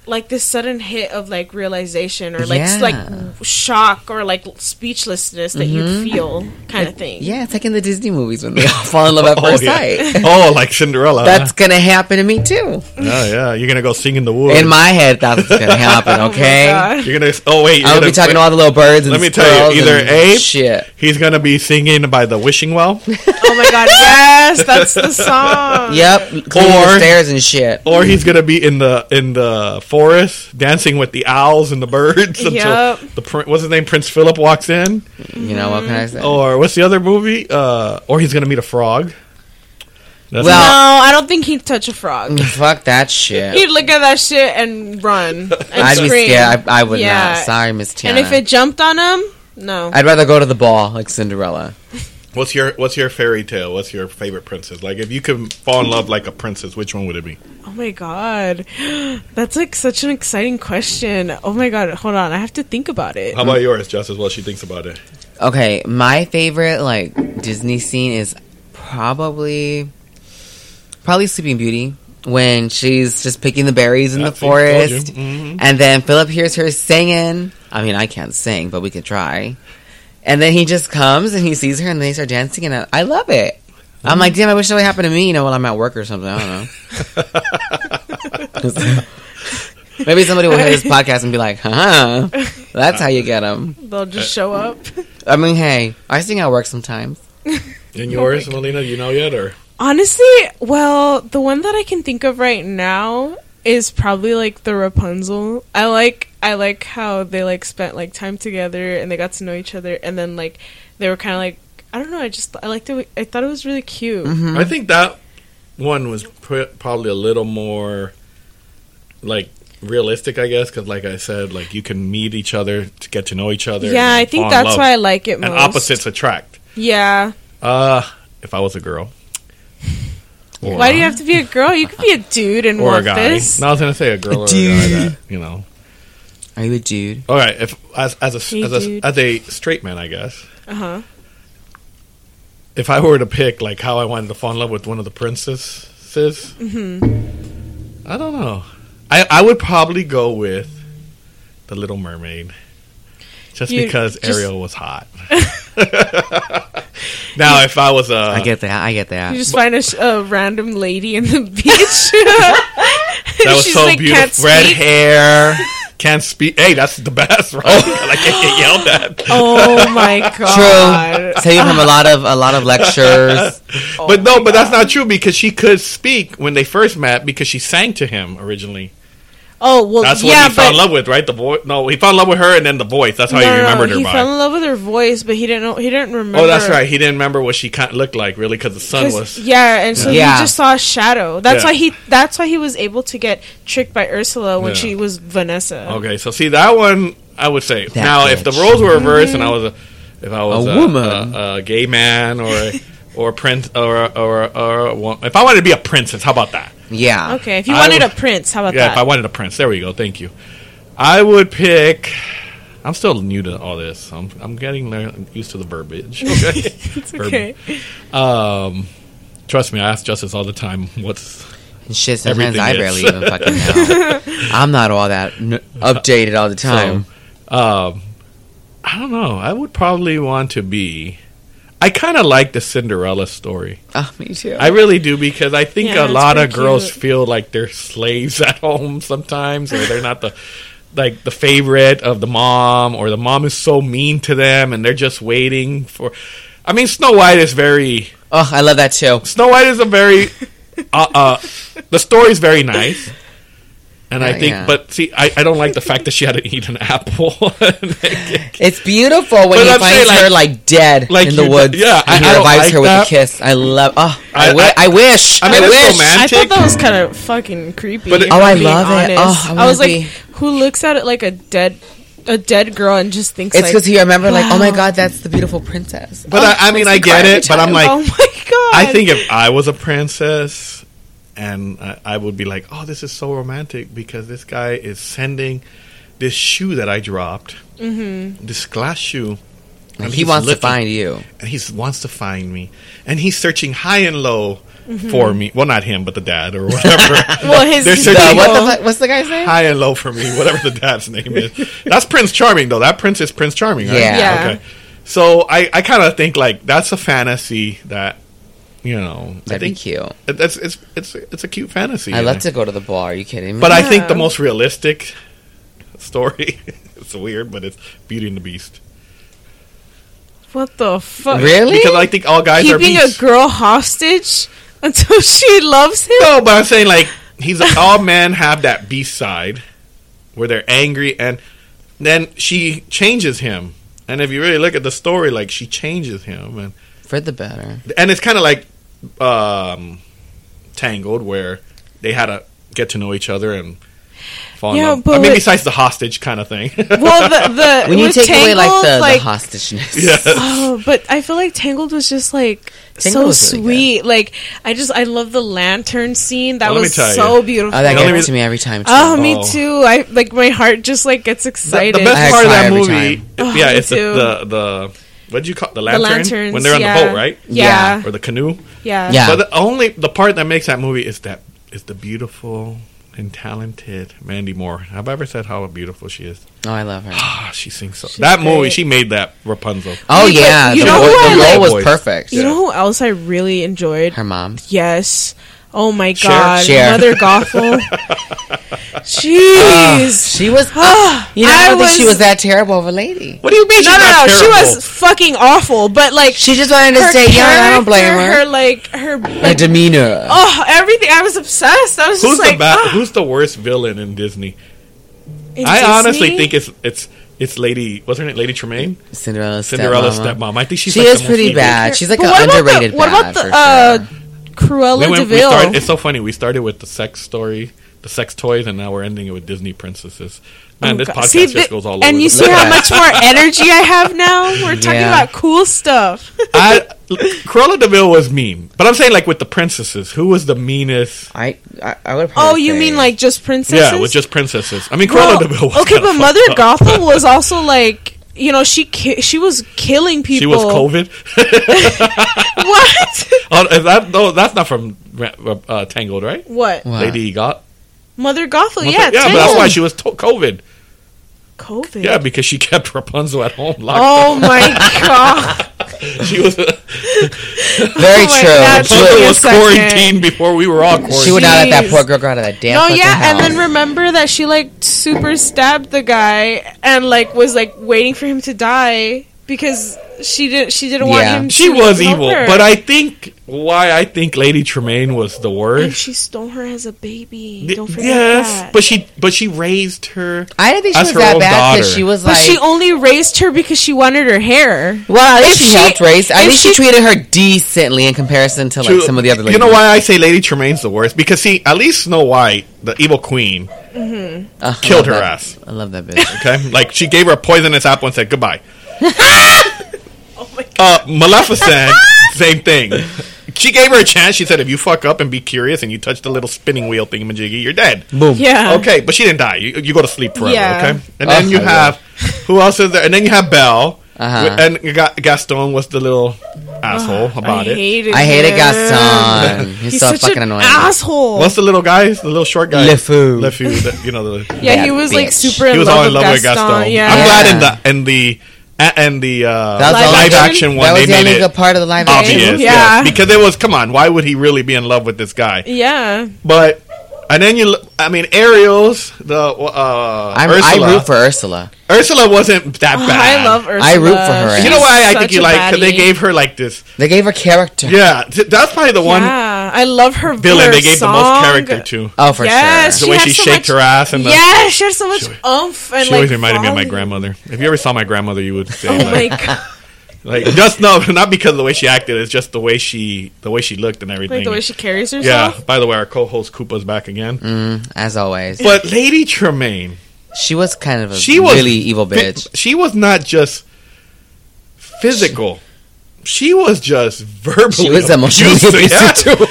[SPEAKER 3] like this sudden hit of like realization or like s-
[SPEAKER 2] Yeah. Mm-hmm.
[SPEAKER 3] like shock or like speechlessness that you'd feel kind of thing.
[SPEAKER 2] Yeah, it's like in the Disney movies when they all fall in love at
[SPEAKER 1] Oh,
[SPEAKER 2] first
[SPEAKER 1] yeah.
[SPEAKER 2] sight.
[SPEAKER 1] oh, like Cinderella.
[SPEAKER 2] That's gonna happen to me too.
[SPEAKER 1] huh? oh yeah. You're gonna go sing in the woods.
[SPEAKER 2] In my head, that's what's gonna happen.
[SPEAKER 3] Oh my
[SPEAKER 2] Okay,
[SPEAKER 3] God.
[SPEAKER 1] you're gonna. Oh wait. you're
[SPEAKER 2] I'll be
[SPEAKER 1] gonna-
[SPEAKER 2] talking to all the little birds. And
[SPEAKER 1] Let me tell you,
[SPEAKER 2] squirrels
[SPEAKER 1] either A-
[SPEAKER 2] and shit.
[SPEAKER 1] He's gonna be singing by the wishing well,
[SPEAKER 3] Oh my god, yes, that's the song.
[SPEAKER 2] Yep, cleaning
[SPEAKER 1] Or-
[SPEAKER 2] the stairs and shit.
[SPEAKER 3] Oh
[SPEAKER 1] or he's gonna be in the in the forest dancing with the owls and the birds until
[SPEAKER 3] Yup.
[SPEAKER 1] the prin- what's his name Prince Philip walks in.
[SPEAKER 2] You know what can I say?
[SPEAKER 1] Or what's the other movie? Uh, or he's gonna meet a frog. That's
[SPEAKER 2] Well,
[SPEAKER 3] No, I don't think he'd touch a frog.
[SPEAKER 2] Fuck that shit.
[SPEAKER 3] He'd look at that shit and run and
[SPEAKER 2] I'd
[SPEAKER 3] scream.
[SPEAKER 2] be scared. I, I would
[SPEAKER 3] Yeah.
[SPEAKER 2] not. Sorry, Miss Tiana.
[SPEAKER 3] and if it jumped on him, no.
[SPEAKER 2] I'd rather go to the ball like Cinderella.
[SPEAKER 1] What's your What's your fairy tale? What's your favorite princess? Like, if you could fall in love like a princess, which one would it be?
[SPEAKER 3] oh my god, that's like such an exciting question. Oh my god, hold on, I have to think about it.
[SPEAKER 2] Oh.
[SPEAKER 1] How
[SPEAKER 2] Mm.
[SPEAKER 1] about yours, Justice? While she thinks about it,
[SPEAKER 2] Okay, my favorite like Disney scene is probably probably Sleeping Beauty when she's just picking the berries in
[SPEAKER 1] I
[SPEAKER 2] the
[SPEAKER 1] think I told you.
[SPEAKER 2] forest,
[SPEAKER 1] Mhm.
[SPEAKER 2] and then Philip hears her singing. I mean, I can't sing, but we could try. And then he just comes and he sees her, and they start dancing, and I, I love it. I'm like, damn, I wish that would happen to me, you know, while I'm at work or something. I don't know. Maybe somebody will hear this podcast and be like, huh, that's how you get them.
[SPEAKER 3] They'll just show up.
[SPEAKER 2] I mean, hey, I sing at work sometimes.
[SPEAKER 1] and yours, Melina, you know yet, or
[SPEAKER 3] Honestly, well, the one that I can think of right now is probably like the Rapunzel. I like I like how they like spent like time together and they got to know each other and then like they were kind of like I don't know, I just I liked it. I thought it was really cute.
[SPEAKER 1] I think that one was pr- probably a little more like realistic, I guess, because like I said, like you can meet each other to get to know each other.
[SPEAKER 3] Yeah,
[SPEAKER 1] and
[SPEAKER 3] I
[SPEAKER 1] fall
[SPEAKER 3] think
[SPEAKER 1] in
[SPEAKER 3] that's
[SPEAKER 1] love.
[SPEAKER 3] why I like it most.
[SPEAKER 1] and opposites attract.
[SPEAKER 3] Yeah.
[SPEAKER 1] Uh, if I was a girl, or,
[SPEAKER 3] Why do you have to be a girl? You could be a dude and
[SPEAKER 1] or a
[SPEAKER 3] want
[SPEAKER 1] guy?
[SPEAKER 3] this.
[SPEAKER 1] No, I was gonna say a girl or a guy. That, you know.
[SPEAKER 2] Are you a dude?
[SPEAKER 1] All right, if as as a
[SPEAKER 3] Hey,
[SPEAKER 1] as a,
[SPEAKER 3] dude.
[SPEAKER 1] as a straight man, I guess.
[SPEAKER 3] Uh-huh.
[SPEAKER 1] If I were to pick, like how I wanted to fall in love with one of the princesses,
[SPEAKER 3] Mm-hmm.
[SPEAKER 1] I don't know. I I would probably go with the Little Mermaid, just
[SPEAKER 3] You
[SPEAKER 1] because
[SPEAKER 3] just-
[SPEAKER 1] Ariel was hot. now, if I was uh, a,
[SPEAKER 2] I get that. I get that.
[SPEAKER 3] You just find a, sh- a random lady in the beach.
[SPEAKER 1] that was
[SPEAKER 3] She's
[SPEAKER 1] so
[SPEAKER 3] like, "Can't
[SPEAKER 1] beautiful, red
[SPEAKER 3] speak."
[SPEAKER 1] hair, can't speak. Hey, that's the best, right? like I get yelled at.
[SPEAKER 3] Oh my god.
[SPEAKER 2] True. Saving him a lot of a lot of lectures.
[SPEAKER 3] Oh
[SPEAKER 1] but no, but that's not true because she could speak when they first met because she sang to him originally.
[SPEAKER 3] Oh well,
[SPEAKER 1] That's what
[SPEAKER 3] yeah,
[SPEAKER 1] he
[SPEAKER 3] but
[SPEAKER 1] fell in love with, right? The voice. No, he fell in love with her and then the voice. That's how
[SPEAKER 3] no,
[SPEAKER 1] he
[SPEAKER 3] no, no,
[SPEAKER 1] remembered her
[SPEAKER 3] He
[SPEAKER 1] by.
[SPEAKER 3] fell in love with her voice, but he didn't know. He didn't remember.
[SPEAKER 1] oh, that's right. He didn't remember what she kind of looked like really because the sun
[SPEAKER 3] 'Cause-
[SPEAKER 1] was.
[SPEAKER 3] yeah, and so
[SPEAKER 2] Yeah.
[SPEAKER 3] he just saw a shadow. That's
[SPEAKER 1] Yeah.
[SPEAKER 3] why he. That's why he was able to get tricked by Ursula when
[SPEAKER 1] Yeah. Oh,
[SPEAKER 3] she was Vanessa.
[SPEAKER 1] Okay, so see that one, I would say.
[SPEAKER 2] That
[SPEAKER 1] now, if the
[SPEAKER 2] bitch.
[SPEAKER 1] roles were reversed and I
[SPEAKER 3] Mm-hmm.
[SPEAKER 1] was a, if I was
[SPEAKER 2] A
[SPEAKER 1] a,
[SPEAKER 2] woman.
[SPEAKER 1] a, a gay man or a, or a prince or a, or a, or a, wo- if I wanted to be a princess, how about that?
[SPEAKER 2] Yeah.
[SPEAKER 3] Okay, if you
[SPEAKER 1] I
[SPEAKER 3] wanted
[SPEAKER 1] would-
[SPEAKER 3] a prince, how about
[SPEAKER 1] Yeah,
[SPEAKER 3] that?
[SPEAKER 1] if I wanted a prince, there we go. Thank you. I would pick. I'm still new to all this. I'm I'm getting lear- used to the verbiage. Okay.
[SPEAKER 3] okay.
[SPEAKER 1] Um, trust me, I ask Justice all the time. What's
[SPEAKER 2] And shit. Sometimes
[SPEAKER 1] Everything
[SPEAKER 2] I
[SPEAKER 1] is.
[SPEAKER 2] barely even fucking know. I'm not all that n- updated all the time.
[SPEAKER 1] So, um, I don't know. I would probably want to be. I kind of like the Cinderella story.
[SPEAKER 2] oh, me too.
[SPEAKER 1] I really do because I think
[SPEAKER 3] Yeah,
[SPEAKER 1] a
[SPEAKER 3] it's
[SPEAKER 1] lot of
[SPEAKER 3] pretty
[SPEAKER 1] girls
[SPEAKER 3] cute.
[SPEAKER 1] feel like they're slaves at home sometimes, or they're not the like the favorite of the mom, or the mom is so mean to them, and they're just waiting for. I mean, Snow White is very.
[SPEAKER 2] Oh, I love that too.
[SPEAKER 1] Snow White is a very. Uh, uh, the story's very nice. And I
[SPEAKER 2] Yeah,
[SPEAKER 1] think,
[SPEAKER 2] yeah.
[SPEAKER 1] but see, I, I don't like the fact that she had to eat an apple.
[SPEAKER 2] It's beautiful when
[SPEAKER 1] But
[SPEAKER 2] he
[SPEAKER 1] I'm
[SPEAKER 2] finds
[SPEAKER 1] saying, like-
[SPEAKER 2] her like dead
[SPEAKER 1] like
[SPEAKER 2] in the
[SPEAKER 1] you-
[SPEAKER 2] woods.
[SPEAKER 1] yeah, I-
[SPEAKER 2] and he
[SPEAKER 1] I don't
[SPEAKER 2] revives
[SPEAKER 1] like
[SPEAKER 2] her
[SPEAKER 1] that.
[SPEAKER 2] with a kiss. I love. Oh, I,
[SPEAKER 1] I-
[SPEAKER 2] wi-
[SPEAKER 1] I-
[SPEAKER 2] I wish.
[SPEAKER 1] I mean, it's
[SPEAKER 2] wish.
[SPEAKER 1] romantic.
[SPEAKER 3] I thought
[SPEAKER 1] Antic.
[SPEAKER 3] that was kind of fucking creepy.
[SPEAKER 1] But it-
[SPEAKER 3] if
[SPEAKER 1] Oh,
[SPEAKER 3] I'm
[SPEAKER 2] I
[SPEAKER 3] being
[SPEAKER 2] love it.
[SPEAKER 3] honest.
[SPEAKER 2] Oh, I
[SPEAKER 3] I,
[SPEAKER 2] wanna
[SPEAKER 3] was like,
[SPEAKER 2] be-
[SPEAKER 3] who looks at it like a dead, a dead girl and just thinks
[SPEAKER 2] It's
[SPEAKER 3] like,
[SPEAKER 2] because he remembered, like, oh my
[SPEAKER 3] wow.
[SPEAKER 2] god, that's the beautiful princess.
[SPEAKER 1] but I, I mean, I get it. But I'm like,
[SPEAKER 3] oh my god.
[SPEAKER 1] I think if I was a princess, and I, I would be like, "Oh, this is so romantic because this guy is sending this shoe that I dropped, mm-hmm. this glass shoe,
[SPEAKER 2] And he
[SPEAKER 1] he's
[SPEAKER 2] wants to
[SPEAKER 1] looking-
[SPEAKER 2] find you.
[SPEAKER 1] and he wants to find me, and he's searching high and low
[SPEAKER 2] Mm-hmm.
[SPEAKER 1] for me. Well, not him, but the dad or whatever.
[SPEAKER 3] well, his
[SPEAKER 1] They're
[SPEAKER 3] his
[SPEAKER 2] The,
[SPEAKER 1] searching-
[SPEAKER 3] people-
[SPEAKER 2] what the fuck? What's the guy's name?
[SPEAKER 1] high and low for me, whatever the dad's name is. That's Prince Charming, though. That prince is Prince Charming, right?
[SPEAKER 2] Yeah.
[SPEAKER 3] Yeah.
[SPEAKER 1] Okay. So I, I kind of think like that's a fantasy that. You know, I
[SPEAKER 2] That'd be
[SPEAKER 1] think
[SPEAKER 2] cute.
[SPEAKER 1] it- That's it's it's it's a cute fantasy.
[SPEAKER 2] I
[SPEAKER 1] you
[SPEAKER 2] love
[SPEAKER 1] know.
[SPEAKER 2] to go to the bar. Are you kidding me?
[SPEAKER 1] but I think
[SPEAKER 3] Yeah.
[SPEAKER 1] the most realistic story. it's weird, but it's Beauty and the Beast.
[SPEAKER 3] what the fuck?
[SPEAKER 2] really?
[SPEAKER 1] Because I think all guys are
[SPEAKER 3] Keeping a
[SPEAKER 1] beasts.
[SPEAKER 3] girl hostage until she loves him.
[SPEAKER 1] no, but I'm saying like he's all men have that beast side where they're angry, and then she changes him. And if you really look at the story, like she changes him, and
[SPEAKER 2] For the better.
[SPEAKER 1] and it's kind of like um, Tangled, where they had to get to know each other and fall
[SPEAKER 3] Yeah,
[SPEAKER 1] in love.
[SPEAKER 3] but
[SPEAKER 1] I mean,
[SPEAKER 3] what-
[SPEAKER 1] besides the hostage kind of thing.
[SPEAKER 3] Well, the the
[SPEAKER 2] When you
[SPEAKER 3] with
[SPEAKER 2] take away like
[SPEAKER 3] Tangled,
[SPEAKER 2] the, the hostageness.
[SPEAKER 1] yes.
[SPEAKER 3] Oh, but I feel like Tangled was just like
[SPEAKER 2] Tangled was
[SPEAKER 3] so
[SPEAKER 2] really
[SPEAKER 3] sweet. like I just I love the lantern scene. That
[SPEAKER 1] Well, let me
[SPEAKER 3] was
[SPEAKER 1] tell
[SPEAKER 3] so
[SPEAKER 1] you.
[SPEAKER 3] beautiful.
[SPEAKER 2] Oh, that
[SPEAKER 1] The only
[SPEAKER 2] gets
[SPEAKER 1] reason-
[SPEAKER 2] to me every time. Too.
[SPEAKER 3] Oh, me
[SPEAKER 1] Oh.
[SPEAKER 3] too. I like my heart just like gets
[SPEAKER 1] the,
[SPEAKER 3] excited.
[SPEAKER 1] the best
[SPEAKER 2] I
[SPEAKER 1] part of
[SPEAKER 2] cry
[SPEAKER 1] that
[SPEAKER 2] every
[SPEAKER 1] movie,
[SPEAKER 3] time.
[SPEAKER 1] yeah,
[SPEAKER 3] Oh, me
[SPEAKER 1] it's the,
[SPEAKER 3] too.
[SPEAKER 1] the the what do you call it? the
[SPEAKER 3] the
[SPEAKER 1] lantern
[SPEAKER 3] lanterns
[SPEAKER 1] when they're on
[SPEAKER 3] yeah.
[SPEAKER 1] the boat, right?
[SPEAKER 3] Yeah,
[SPEAKER 1] Or the canoe.
[SPEAKER 3] yeah,
[SPEAKER 2] Yeah.
[SPEAKER 1] But the only the part that makes that movie is that is the beautiful and talented Mandy Moore. Have I ever said how beautiful she is?
[SPEAKER 2] Oh, I love her.
[SPEAKER 1] Ah, she sings so. that movie,
[SPEAKER 3] great.
[SPEAKER 1] she made that Rapunzel.
[SPEAKER 2] Oh
[SPEAKER 3] Wait, but
[SPEAKER 2] yeah,
[SPEAKER 3] you
[SPEAKER 2] the, vo-
[SPEAKER 3] know who I
[SPEAKER 2] the role
[SPEAKER 1] like?
[SPEAKER 2] was
[SPEAKER 1] Voice.
[SPEAKER 2] perfect.
[SPEAKER 3] You know who else I really enjoyed?
[SPEAKER 2] Her mom.
[SPEAKER 3] Yes. Oh my God,
[SPEAKER 2] Cher.
[SPEAKER 3] Mother Gothel. Jeez.
[SPEAKER 2] She was.
[SPEAKER 3] Ah,
[SPEAKER 2] You know, I,
[SPEAKER 3] I
[SPEAKER 2] don't think she
[SPEAKER 3] was-
[SPEAKER 2] was that terrible of a lady.
[SPEAKER 1] What do you mean?
[SPEAKER 3] no,
[SPEAKER 1] she's
[SPEAKER 3] no,
[SPEAKER 1] not
[SPEAKER 3] no. She
[SPEAKER 1] terrible?
[SPEAKER 3] was fucking awful. But like
[SPEAKER 2] She just wanted to stay young. I don't blame
[SPEAKER 3] character,
[SPEAKER 2] her.
[SPEAKER 3] Her like
[SPEAKER 2] Her
[SPEAKER 3] her like,
[SPEAKER 2] demeanor.
[SPEAKER 3] oh everything. I was obsessed. I was
[SPEAKER 1] Who's
[SPEAKER 3] just like
[SPEAKER 1] the ba-
[SPEAKER 3] ah,
[SPEAKER 1] Who's the worst villain in Disney?
[SPEAKER 3] in
[SPEAKER 1] I
[SPEAKER 3] Disney?
[SPEAKER 1] honestly think it's it's it's Lady wasn't it Lady Tremaine?
[SPEAKER 2] Cinderella.
[SPEAKER 1] Cinderella
[SPEAKER 2] stepmom.
[SPEAKER 1] stepmom. I think she's
[SPEAKER 2] She
[SPEAKER 1] like
[SPEAKER 2] is
[SPEAKER 1] the most
[SPEAKER 2] pretty
[SPEAKER 1] evil.
[SPEAKER 2] bad. She's like
[SPEAKER 3] But
[SPEAKER 2] an
[SPEAKER 3] what about the-
[SPEAKER 2] underrated.
[SPEAKER 3] what
[SPEAKER 2] bad
[SPEAKER 3] about the,
[SPEAKER 2] for
[SPEAKER 3] uh,
[SPEAKER 2] sure.
[SPEAKER 3] Cruella
[SPEAKER 1] we went, we
[SPEAKER 3] Deville.
[SPEAKER 1] started, it's so funny. We started with the sex story, the sex toys, and now we're ending it with Disney princesses. Man, this
[SPEAKER 3] Oh God.
[SPEAKER 1] podcast
[SPEAKER 3] See,
[SPEAKER 1] just
[SPEAKER 3] thi-
[SPEAKER 1] goes all over.
[SPEAKER 3] and you
[SPEAKER 1] the
[SPEAKER 3] see
[SPEAKER 1] place.
[SPEAKER 3] how
[SPEAKER 2] Yeah.
[SPEAKER 3] much more energy I have now. We're talking
[SPEAKER 2] Yeah.
[SPEAKER 3] about cool stuff.
[SPEAKER 1] I, Cruella Deville was mean, but I'm saying like with the princesses, who was the meanest?
[SPEAKER 2] I, I, I would.
[SPEAKER 3] oh,
[SPEAKER 2] probably
[SPEAKER 3] you
[SPEAKER 2] say-
[SPEAKER 3] mean like just princesses?
[SPEAKER 1] Yeah, with just princesses. I mean, Cruella
[SPEAKER 3] Well,
[SPEAKER 1] Deville. Was
[SPEAKER 3] okay,
[SPEAKER 1] kinda
[SPEAKER 3] but
[SPEAKER 1] fucked
[SPEAKER 3] Mother
[SPEAKER 1] up.
[SPEAKER 3] Gothel was also like you know she ki- she was killing people.
[SPEAKER 1] She was COVID.
[SPEAKER 3] What?
[SPEAKER 1] oh, is that no? That's not from uh, uh, Tangled, right?
[SPEAKER 3] what?
[SPEAKER 2] What?
[SPEAKER 1] Lady Got.
[SPEAKER 3] Mother Gothel?
[SPEAKER 1] yeah,
[SPEAKER 3] yeah,
[SPEAKER 1] but that's why
[SPEAKER 3] Tangled.
[SPEAKER 1] she was to- COVID.
[SPEAKER 3] COVID.
[SPEAKER 1] Yeah, because she kept Rapunzel at home. Locked
[SPEAKER 3] Oh my god.
[SPEAKER 1] up. she was.
[SPEAKER 2] very
[SPEAKER 3] Oh my
[SPEAKER 2] true.
[SPEAKER 3] God,
[SPEAKER 2] She
[SPEAKER 1] Rapunzel
[SPEAKER 3] Give me
[SPEAKER 2] would,
[SPEAKER 3] a
[SPEAKER 1] was
[SPEAKER 3] second.
[SPEAKER 1] quarantined before we were all quarantined.
[SPEAKER 2] she would not let that
[SPEAKER 3] Jeez.
[SPEAKER 2] poor girl go out of that damn.
[SPEAKER 3] No,
[SPEAKER 2] fucking
[SPEAKER 3] yeah, and
[SPEAKER 2] house.
[SPEAKER 3] then remember that she like super stabbed the guy and like was like waiting for him to die because she didn't she didn't want
[SPEAKER 2] Yeah.
[SPEAKER 3] him
[SPEAKER 1] She
[SPEAKER 3] to
[SPEAKER 1] was
[SPEAKER 3] help
[SPEAKER 1] evil,
[SPEAKER 3] her.
[SPEAKER 1] but I think why I think Lady Tremaine was the
[SPEAKER 3] and
[SPEAKER 1] worst.
[SPEAKER 3] she stole her as a baby.
[SPEAKER 1] Y-
[SPEAKER 3] Don't forget
[SPEAKER 1] yes,
[SPEAKER 3] that.
[SPEAKER 1] but she but she raised her.
[SPEAKER 2] I didn't think she
[SPEAKER 1] That's
[SPEAKER 2] was
[SPEAKER 1] her
[SPEAKER 2] that
[SPEAKER 1] own
[SPEAKER 2] bad because
[SPEAKER 1] daughter.
[SPEAKER 2] she was
[SPEAKER 3] But
[SPEAKER 2] like.
[SPEAKER 3] she only raised her because she wanted her hair.
[SPEAKER 2] well, at least
[SPEAKER 3] if
[SPEAKER 2] she,
[SPEAKER 3] she-
[SPEAKER 2] helped raise. At
[SPEAKER 3] if
[SPEAKER 2] least she,
[SPEAKER 3] she-
[SPEAKER 2] treated her decently in comparison to like
[SPEAKER 1] to-
[SPEAKER 2] some of the other. Ladies.
[SPEAKER 1] You know why I say Lady Tremaine's the worst? Because see, at least Snow White, the evil queen,
[SPEAKER 2] Uh, I
[SPEAKER 1] killed
[SPEAKER 2] love
[SPEAKER 1] her
[SPEAKER 2] that.
[SPEAKER 1] ass.
[SPEAKER 2] I love that bitch.
[SPEAKER 1] Okay, like she gave her a poisonous apple and said goodbye.
[SPEAKER 3] Oh
[SPEAKER 1] Uh, Maleficent, same thing. She gave her a chance. She said, "If you fuck up and be curious and you touch the little spinning wheel thingamajiggy, you're dead."
[SPEAKER 2] Boom.
[SPEAKER 3] Yeah.
[SPEAKER 1] Okay, but she didn't die. You, you go to sleep forever.
[SPEAKER 3] Yeah.
[SPEAKER 1] Okay, and then
[SPEAKER 2] Oh,
[SPEAKER 1] you
[SPEAKER 2] I
[SPEAKER 1] have who else is there? And then you have Belle,
[SPEAKER 2] Uh-huh.
[SPEAKER 1] and you got Gaston was the little asshole about
[SPEAKER 3] I
[SPEAKER 1] it.
[SPEAKER 3] hated
[SPEAKER 2] I hated
[SPEAKER 3] him.
[SPEAKER 2] Gaston. He's,
[SPEAKER 3] He's
[SPEAKER 2] so
[SPEAKER 3] such
[SPEAKER 2] fucking
[SPEAKER 3] an
[SPEAKER 2] annoying.
[SPEAKER 3] asshole.
[SPEAKER 1] What's the little guy? The little short guy.
[SPEAKER 2] Le Fou.
[SPEAKER 1] Le Fou, the- you know the.
[SPEAKER 3] yeah, he
[SPEAKER 2] That
[SPEAKER 3] was
[SPEAKER 2] bitch.
[SPEAKER 3] like super in
[SPEAKER 1] He was
[SPEAKER 3] love
[SPEAKER 1] all in
[SPEAKER 3] with
[SPEAKER 1] love with
[SPEAKER 3] Gaston.
[SPEAKER 1] Gaston.
[SPEAKER 3] Yeah.
[SPEAKER 1] I'm glad in
[SPEAKER 2] Yeah.
[SPEAKER 1] the and the a- and the uh,
[SPEAKER 2] That was
[SPEAKER 1] live,
[SPEAKER 2] the only-
[SPEAKER 1] action one
[SPEAKER 2] That was
[SPEAKER 1] they
[SPEAKER 2] the
[SPEAKER 1] made
[SPEAKER 2] only
[SPEAKER 1] it
[SPEAKER 2] good part of the live action.
[SPEAKER 1] obvious.
[SPEAKER 3] Yeah.
[SPEAKER 1] yes. because it was come on. Why would he really be in love with this guy?
[SPEAKER 3] Yeah.
[SPEAKER 1] But And then you, l- I mean, Ariel's the uh,
[SPEAKER 2] I'm,
[SPEAKER 1] Ursula.
[SPEAKER 2] I root for Ursula.
[SPEAKER 1] Ursula wasn't that
[SPEAKER 3] Oh,
[SPEAKER 1] bad.
[SPEAKER 3] I love Ursula.
[SPEAKER 2] I root for her.
[SPEAKER 1] You know why I
[SPEAKER 3] Such
[SPEAKER 1] think you
[SPEAKER 3] a
[SPEAKER 1] like? Because they
[SPEAKER 3] baddie.
[SPEAKER 1] gave her like this.
[SPEAKER 2] They gave her character.
[SPEAKER 1] Yeah, th- that's probably the one
[SPEAKER 3] Yeah, I love her
[SPEAKER 1] villain
[SPEAKER 3] her
[SPEAKER 1] they gave the
[SPEAKER 3] song.
[SPEAKER 1] most character to.
[SPEAKER 2] Oh, for
[SPEAKER 3] yes,
[SPEAKER 1] The
[SPEAKER 2] sure.
[SPEAKER 1] way
[SPEAKER 3] had
[SPEAKER 1] she
[SPEAKER 3] so
[SPEAKER 1] shaked
[SPEAKER 3] much-
[SPEAKER 1] her ass and the-
[SPEAKER 3] yeah, she had so much oomph and
[SPEAKER 1] She
[SPEAKER 3] like.
[SPEAKER 1] always reminded me of my
[SPEAKER 3] volume.
[SPEAKER 1] grandmother. If you ever saw my grandmother, you would say
[SPEAKER 3] Oh my
[SPEAKER 1] like,
[SPEAKER 3] god!
[SPEAKER 1] like, just no, not because of the way she acted. It's just the way she, the way she looked and everything.
[SPEAKER 3] Like the way she carries herself.
[SPEAKER 1] yeah. By the way, our co-host Koopa's back again.
[SPEAKER 2] Mm. As always,
[SPEAKER 1] But Lady Tremaine,
[SPEAKER 2] she was kind of a
[SPEAKER 1] she was
[SPEAKER 2] really evil bitch.
[SPEAKER 1] She was not just physical. She was just verbally.
[SPEAKER 2] She was emotionally abusive,
[SPEAKER 1] too.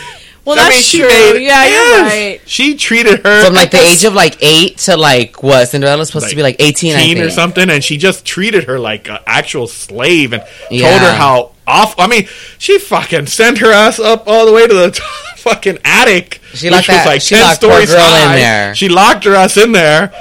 [SPEAKER 3] Well, that's true. yeah, you're right.
[SPEAKER 1] She treated her
[SPEAKER 2] From like the age of like eight to like what Cinderella was supposed to be like eighteen, I
[SPEAKER 1] teen
[SPEAKER 2] think.
[SPEAKER 1] or something, and she just treated her like an actual slave and told her
[SPEAKER 2] Yeah.
[SPEAKER 1] how awful. I mean, she fucking sent her ass up all the way to the fucking attic,
[SPEAKER 2] She locked that- she locked poor girl in there.
[SPEAKER 1] She locked her ass in there,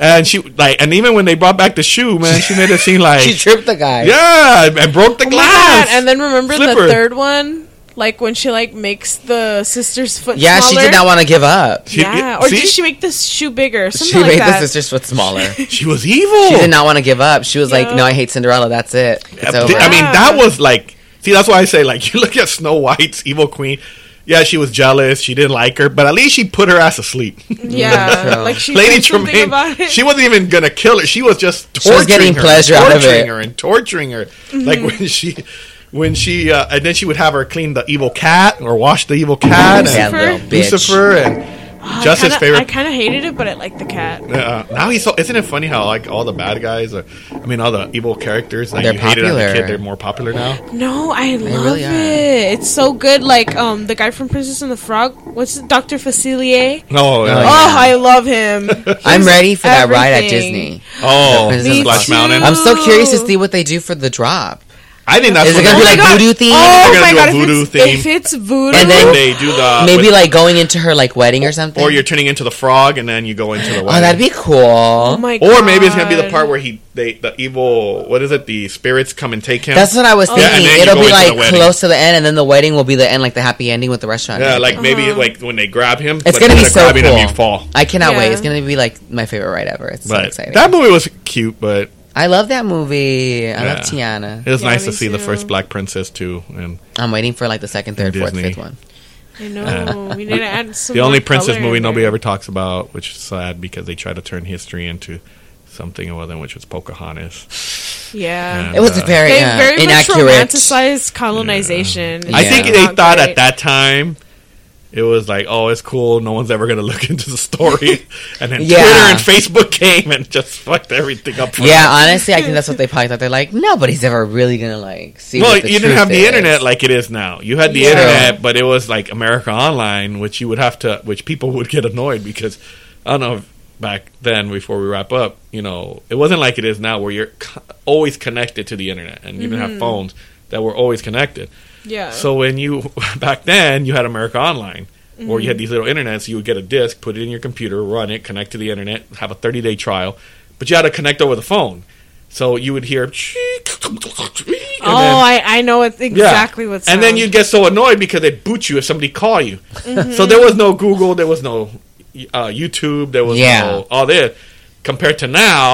[SPEAKER 1] and she like, and even when they brought back the shoe, man, she made it seem like
[SPEAKER 2] She tripped the guy.
[SPEAKER 1] yeah, and broke the
[SPEAKER 3] Oh my God,
[SPEAKER 1] glass.
[SPEAKER 3] And then remember
[SPEAKER 1] Flipper.
[SPEAKER 3] the third one, like when she like makes the sister's foot.
[SPEAKER 2] Yeah, she
[SPEAKER 3] smaller?
[SPEAKER 2] did not want to give up.
[SPEAKER 1] She-
[SPEAKER 3] yeah, or
[SPEAKER 1] see?
[SPEAKER 3] did she make the shoe bigger? Something
[SPEAKER 2] she
[SPEAKER 3] like
[SPEAKER 2] made
[SPEAKER 3] that.
[SPEAKER 2] the sister's foot smaller.
[SPEAKER 1] she was evil.
[SPEAKER 2] She did not want to give up. She was
[SPEAKER 3] Yeah.
[SPEAKER 2] like, "No, I hate Cinderella. That's it. It's
[SPEAKER 1] Yeah,
[SPEAKER 2] over."
[SPEAKER 1] I mean,
[SPEAKER 3] Yeah.
[SPEAKER 1] that was like, see, that's why I say, like, you look at Snow White's Evil Queen. Yeah, she was jealous. She didn't like her, but at least she put her ass asleep.
[SPEAKER 3] Yeah,
[SPEAKER 2] Yeah.
[SPEAKER 3] like she
[SPEAKER 1] Lady
[SPEAKER 3] did something
[SPEAKER 1] Tremaine,
[SPEAKER 3] about it.
[SPEAKER 1] she wasn't even gonna kill her. She was just torturing
[SPEAKER 2] was getting
[SPEAKER 1] her,
[SPEAKER 2] pleasure out
[SPEAKER 1] torturing
[SPEAKER 2] of it.
[SPEAKER 1] her, and torturing her. Like
[SPEAKER 3] Mm-hmm.
[SPEAKER 1] when she, when she, uh, and then she would have her clean the evil cat or wash the evil cat
[SPEAKER 2] That
[SPEAKER 1] and
[SPEAKER 2] little bitch.
[SPEAKER 1] Lucifer and
[SPEAKER 3] Oh, I
[SPEAKER 1] Justice
[SPEAKER 3] kinda- I
[SPEAKER 1] favorite.
[SPEAKER 3] kind of hated it, but I liked the cat.
[SPEAKER 1] Uh, now he's so. Isn't it funny how like all the bad guys, or I mean all the evil characters, like
[SPEAKER 2] They're
[SPEAKER 1] you hated on the
[SPEAKER 2] popular.
[SPEAKER 1] kid, they're more popular now.
[SPEAKER 3] No, I love
[SPEAKER 2] really are.
[SPEAKER 3] it. It's so good. Like um, the guy from Princess and the Frog. What's it, Doctor Facilier?
[SPEAKER 1] No,
[SPEAKER 2] yeah.
[SPEAKER 3] Oh, I love him.
[SPEAKER 2] I'm
[SPEAKER 3] He's
[SPEAKER 2] ready for that ride at
[SPEAKER 3] everything.
[SPEAKER 2] Disney.
[SPEAKER 1] Oh,
[SPEAKER 2] The Princess
[SPEAKER 1] Splash
[SPEAKER 2] Splash
[SPEAKER 1] Mountain.
[SPEAKER 3] Mountain.
[SPEAKER 2] I'm so curious to
[SPEAKER 3] Ooh.
[SPEAKER 2] see what they do for the drop.
[SPEAKER 1] I think that's
[SPEAKER 2] Is it
[SPEAKER 1] what
[SPEAKER 2] gonna be
[SPEAKER 1] they-
[SPEAKER 2] like voodoo themed?
[SPEAKER 3] Oh
[SPEAKER 1] They're gonna
[SPEAKER 3] my
[SPEAKER 1] do a
[SPEAKER 3] god,
[SPEAKER 1] voodoo
[SPEAKER 3] if, it's,
[SPEAKER 1] theme.
[SPEAKER 3] if it's voodoo,
[SPEAKER 2] And then-
[SPEAKER 1] they do the
[SPEAKER 2] Maybe
[SPEAKER 1] Uh, with-
[SPEAKER 2] like going into her like wedding or something.
[SPEAKER 1] or you're turning into the frog and then you go into the
[SPEAKER 2] oh, that'd be cool.
[SPEAKER 3] oh my
[SPEAKER 1] or maybe it's gonna be the
[SPEAKER 3] God.
[SPEAKER 1] part where he they the evil what is it the spirits come and take him.
[SPEAKER 2] That's what I was
[SPEAKER 3] Yeah, and
[SPEAKER 2] thinking.
[SPEAKER 1] then you
[SPEAKER 2] It'll
[SPEAKER 1] go
[SPEAKER 2] be
[SPEAKER 1] into the
[SPEAKER 2] like
[SPEAKER 1] wedding.
[SPEAKER 2] close to the end, and then the wedding will be the end, like the happy ending with the restaurant.
[SPEAKER 1] yeah,
[SPEAKER 3] Uh-huh.
[SPEAKER 1] like maybe like when they grab him,
[SPEAKER 2] it's
[SPEAKER 1] but
[SPEAKER 2] gonna be
[SPEAKER 1] instead
[SPEAKER 2] so
[SPEAKER 1] of
[SPEAKER 2] cool.
[SPEAKER 1] grabbing him, you fall.
[SPEAKER 2] I cannot wait.
[SPEAKER 3] Yeah.
[SPEAKER 2] It's gonna be like my favorite ride ever. It's so
[SPEAKER 1] But
[SPEAKER 2] exciting.
[SPEAKER 1] that movie was cute, but
[SPEAKER 2] I love that movie. I love
[SPEAKER 1] Yeah.
[SPEAKER 2] Tiana.
[SPEAKER 1] it was
[SPEAKER 3] Yeah,
[SPEAKER 1] nice to
[SPEAKER 3] me
[SPEAKER 1] see the
[SPEAKER 3] too.
[SPEAKER 1] first black princess too. And
[SPEAKER 2] I'm waiting for like the second, third, fourth,
[SPEAKER 1] Disney.
[SPEAKER 2] fifth one.
[SPEAKER 3] I know we need to add some.
[SPEAKER 1] the
[SPEAKER 3] more
[SPEAKER 1] only princess
[SPEAKER 3] color
[SPEAKER 1] movie
[SPEAKER 3] in
[SPEAKER 1] nobody
[SPEAKER 3] there.
[SPEAKER 1] ever talks about, which is sad because they try to turn history into something other than which was Pocahontas.
[SPEAKER 3] Yeah,
[SPEAKER 1] Yeah.
[SPEAKER 2] It was
[SPEAKER 1] Uh,
[SPEAKER 2] very,
[SPEAKER 3] they
[SPEAKER 2] uh,
[SPEAKER 3] very
[SPEAKER 2] inaccurate.
[SPEAKER 3] much romanticized colonization.
[SPEAKER 1] I
[SPEAKER 2] Yeah.
[SPEAKER 1] think
[SPEAKER 3] It's
[SPEAKER 1] they
[SPEAKER 3] not
[SPEAKER 1] thought
[SPEAKER 3] great.
[SPEAKER 1] at that time it was like, oh, it's cool. No one's ever going to look into the story. and then
[SPEAKER 2] Yeah.
[SPEAKER 1] Twitter and Facebook came and just fucked everything up. For
[SPEAKER 2] Yeah, honestly, I think that's what they probably thought. They're like, nobody's ever really gonna like see.
[SPEAKER 1] them. Well,
[SPEAKER 2] what the
[SPEAKER 1] you didn't
[SPEAKER 2] truth
[SPEAKER 1] have the
[SPEAKER 2] is.
[SPEAKER 1] internet like it is now. You had the
[SPEAKER 3] Yeah.
[SPEAKER 1] internet, but it was like America Online, which you would have to, which people would get annoyed because I don't know. Back then, before we wrap up, you know, it wasn't like it is now, where you're co- always connected to the internet, and you didn't have phones that were always connected.
[SPEAKER 3] Yeah.
[SPEAKER 1] So when you back then you had America Online, or you had these little internets. You would get a disc, put it in your computer, run it, connect to the internet, have a 30 day trial, but you had to connect over the phone. So you would hear. And
[SPEAKER 3] oh, I, I know it's exactly what's.
[SPEAKER 1] And then you'd get so annoyed because they'd boot you if somebody called you.
[SPEAKER 3] Mm-hmm.
[SPEAKER 1] So there was no Google, there was no uh, YouTube, there was
[SPEAKER 2] Yeah.
[SPEAKER 1] no all this. Compared to now,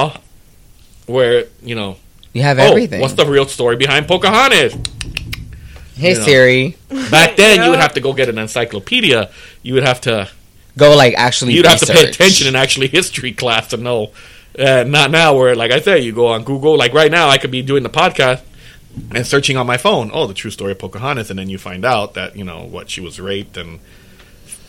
[SPEAKER 1] where you know,
[SPEAKER 2] You have
[SPEAKER 1] oh,
[SPEAKER 2] everything.
[SPEAKER 1] what's the real story behind Pocahontas?
[SPEAKER 2] hey
[SPEAKER 1] you know.
[SPEAKER 2] Siri,
[SPEAKER 1] Back then, you would
[SPEAKER 3] Yeah.
[SPEAKER 1] have to go get an encyclopedia. You would have to
[SPEAKER 2] go like actually.
[SPEAKER 1] you'd have to pay
[SPEAKER 2] research.
[SPEAKER 1] attention in actually history class to know. Uh, not now, where like I say, you go on Google. Like right now, I could be doing the podcast and searching on my phone. Oh, the true story of Pocahontas, and then you find out that you know what she was raped and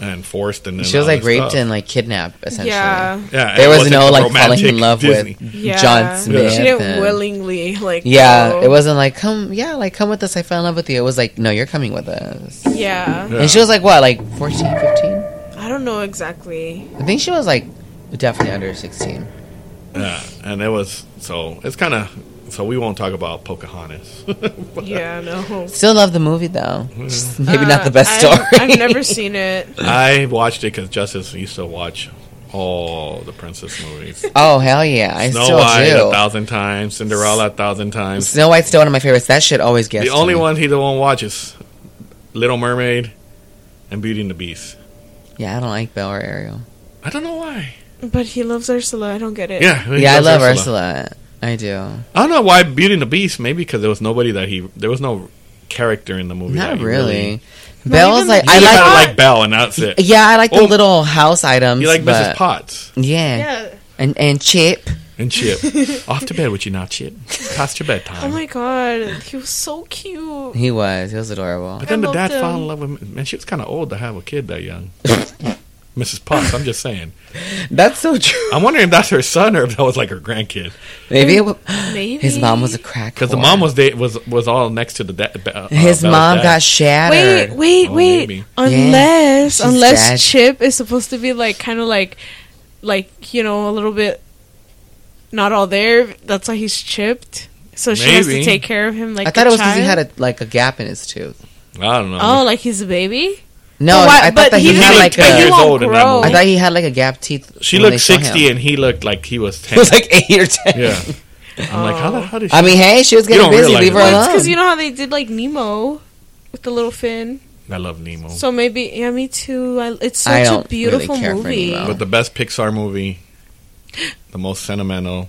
[SPEAKER 1] and forced and
[SPEAKER 2] She was like raped and like kidnapped essentially.
[SPEAKER 3] yeah.
[SPEAKER 1] yeah,
[SPEAKER 2] There
[SPEAKER 1] it
[SPEAKER 2] was
[SPEAKER 1] wasn't
[SPEAKER 2] no
[SPEAKER 1] the
[SPEAKER 2] like falling
[SPEAKER 1] romantic
[SPEAKER 2] in love
[SPEAKER 1] Disney.
[SPEAKER 2] with
[SPEAKER 3] Yeah.
[SPEAKER 2] John Smith.
[SPEAKER 3] She didn't
[SPEAKER 2] and-
[SPEAKER 3] willingly like.
[SPEAKER 2] Yeah,
[SPEAKER 3] go.
[SPEAKER 2] it wasn't like come. Yeah, like come with us. I fell in love with you. It was like no, you're coming with us.
[SPEAKER 3] Yeah,
[SPEAKER 1] Yeah.
[SPEAKER 2] And she was like what, like 14, 15?
[SPEAKER 3] I don't know exactly.
[SPEAKER 2] I think she was like definitely under sixteen.
[SPEAKER 1] Yeah, and it was so it's kind of so we won't talk about Pocahontas.
[SPEAKER 3] Yeah, no.
[SPEAKER 2] Still love the movie though. Just maybe not the best
[SPEAKER 3] Uh,
[SPEAKER 2] story.
[SPEAKER 3] I've- I've never seen it.
[SPEAKER 1] I watched it because Justice used to watch all the princess movies.
[SPEAKER 2] oh hell yeah, I
[SPEAKER 1] Snow
[SPEAKER 2] still
[SPEAKER 1] White
[SPEAKER 2] do.
[SPEAKER 1] a thousand times, Cinderella a thousand times.
[SPEAKER 2] Snow White's still one of my favorites. That shit always gets
[SPEAKER 1] The
[SPEAKER 2] to
[SPEAKER 1] only
[SPEAKER 2] me.
[SPEAKER 1] ones he don't watch is Little Mermaid and Beauty and the Beast.
[SPEAKER 2] Yeah, I don't like Belle or Ariel.
[SPEAKER 1] I don't know why.
[SPEAKER 3] But he loves Ursula. I don't get it.
[SPEAKER 1] Yeah, he
[SPEAKER 2] Eh, yeah, I
[SPEAKER 1] loves
[SPEAKER 2] love Ursula. I do.
[SPEAKER 1] I don't know why Beauty and the Beast. Maybe because there was nobody that he. There was no character in the movie. that
[SPEAKER 2] Not
[SPEAKER 1] he
[SPEAKER 2] really.
[SPEAKER 3] Not
[SPEAKER 2] Belle's
[SPEAKER 3] even
[SPEAKER 2] like
[SPEAKER 3] the
[SPEAKER 2] I
[SPEAKER 1] You
[SPEAKER 3] Mrs.
[SPEAKER 1] like,
[SPEAKER 3] Potts.
[SPEAKER 2] like.
[SPEAKER 1] like Belle, and that's it.
[SPEAKER 2] Yeah, I like the
[SPEAKER 1] Oh.
[SPEAKER 2] little house items.
[SPEAKER 1] You like Mrs.
[SPEAKER 2] but-
[SPEAKER 1] Potts
[SPEAKER 2] Yeah.
[SPEAKER 3] Yeah.
[SPEAKER 2] and and Chip.
[SPEAKER 1] and Chip. Off to bed with you now, Chip. Past your bedtime.
[SPEAKER 3] Oh my god, he was so cute.
[SPEAKER 2] He was. He was adorable.
[SPEAKER 1] But then
[SPEAKER 3] I
[SPEAKER 1] the
[SPEAKER 3] loved
[SPEAKER 1] dad fell
[SPEAKER 3] him.
[SPEAKER 1] in love with me. Man, she was kind of old to have a kid that young. Mrs. Potts, I'm just saying.
[SPEAKER 2] That's so true.
[SPEAKER 1] I'm wondering if that's her son or if that was like her grandkid.
[SPEAKER 2] Maybe it was,
[SPEAKER 3] Maybe
[SPEAKER 2] his mom was a crack.
[SPEAKER 1] Because the
[SPEAKER 2] whore.
[SPEAKER 1] mom was da- was was all next to the dad. Uh,
[SPEAKER 2] His mom got
[SPEAKER 3] Wait,
[SPEAKER 2] shattered.
[SPEAKER 3] wait,
[SPEAKER 1] Oh,
[SPEAKER 3] wait.
[SPEAKER 1] maybe.
[SPEAKER 3] Unless
[SPEAKER 2] Yeah, she's
[SPEAKER 3] unless
[SPEAKER 2] dead.
[SPEAKER 3] Chip is supposed to be like kind of like like, you know, a little bit not all there. That's why he's chipped. So she has to
[SPEAKER 1] Maybe.
[SPEAKER 3] take care of him like
[SPEAKER 2] I thought it was
[SPEAKER 3] cuz
[SPEAKER 2] because he had a, like a gap in his tooth.
[SPEAKER 1] I don't know.
[SPEAKER 3] Oh, like he's a baby?
[SPEAKER 2] No,
[SPEAKER 3] But why-
[SPEAKER 2] I
[SPEAKER 3] but
[SPEAKER 2] thought that he,
[SPEAKER 3] he
[SPEAKER 2] had
[SPEAKER 1] was
[SPEAKER 2] like
[SPEAKER 1] ten
[SPEAKER 2] a.
[SPEAKER 1] years
[SPEAKER 3] won't
[SPEAKER 1] old in that
[SPEAKER 3] grow.
[SPEAKER 1] movie.
[SPEAKER 2] I thought he had like a gap teeth.
[SPEAKER 1] she
[SPEAKER 2] when they
[SPEAKER 1] looked
[SPEAKER 2] saw him.
[SPEAKER 1] 60 and he looked like he was 10.
[SPEAKER 2] It was like Oh. eight or ten.
[SPEAKER 1] yeah. I'm like, how the how did she?
[SPEAKER 2] I mean, hey, she was
[SPEAKER 1] You
[SPEAKER 2] getting
[SPEAKER 1] don't
[SPEAKER 2] busy.
[SPEAKER 1] realize
[SPEAKER 2] Leave her
[SPEAKER 1] it.
[SPEAKER 2] alone.
[SPEAKER 3] Cuz you know how they did like Nemo with the little fin.
[SPEAKER 1] I love Nemo.
[SPEAKER 3] So maybe yeah, me too. I, it's
[SPEAKER 2] I
[SPEAKER 3] such a
[SPEAKER 2] don't
[SPEAKER 3] beautiful
[SPEAKER 2] really care for
[SPEAKER 3] movie.
[SPEAKER 2] Nemo.
[SPEAKER 1] But the best Pixar movie, the most sentimental,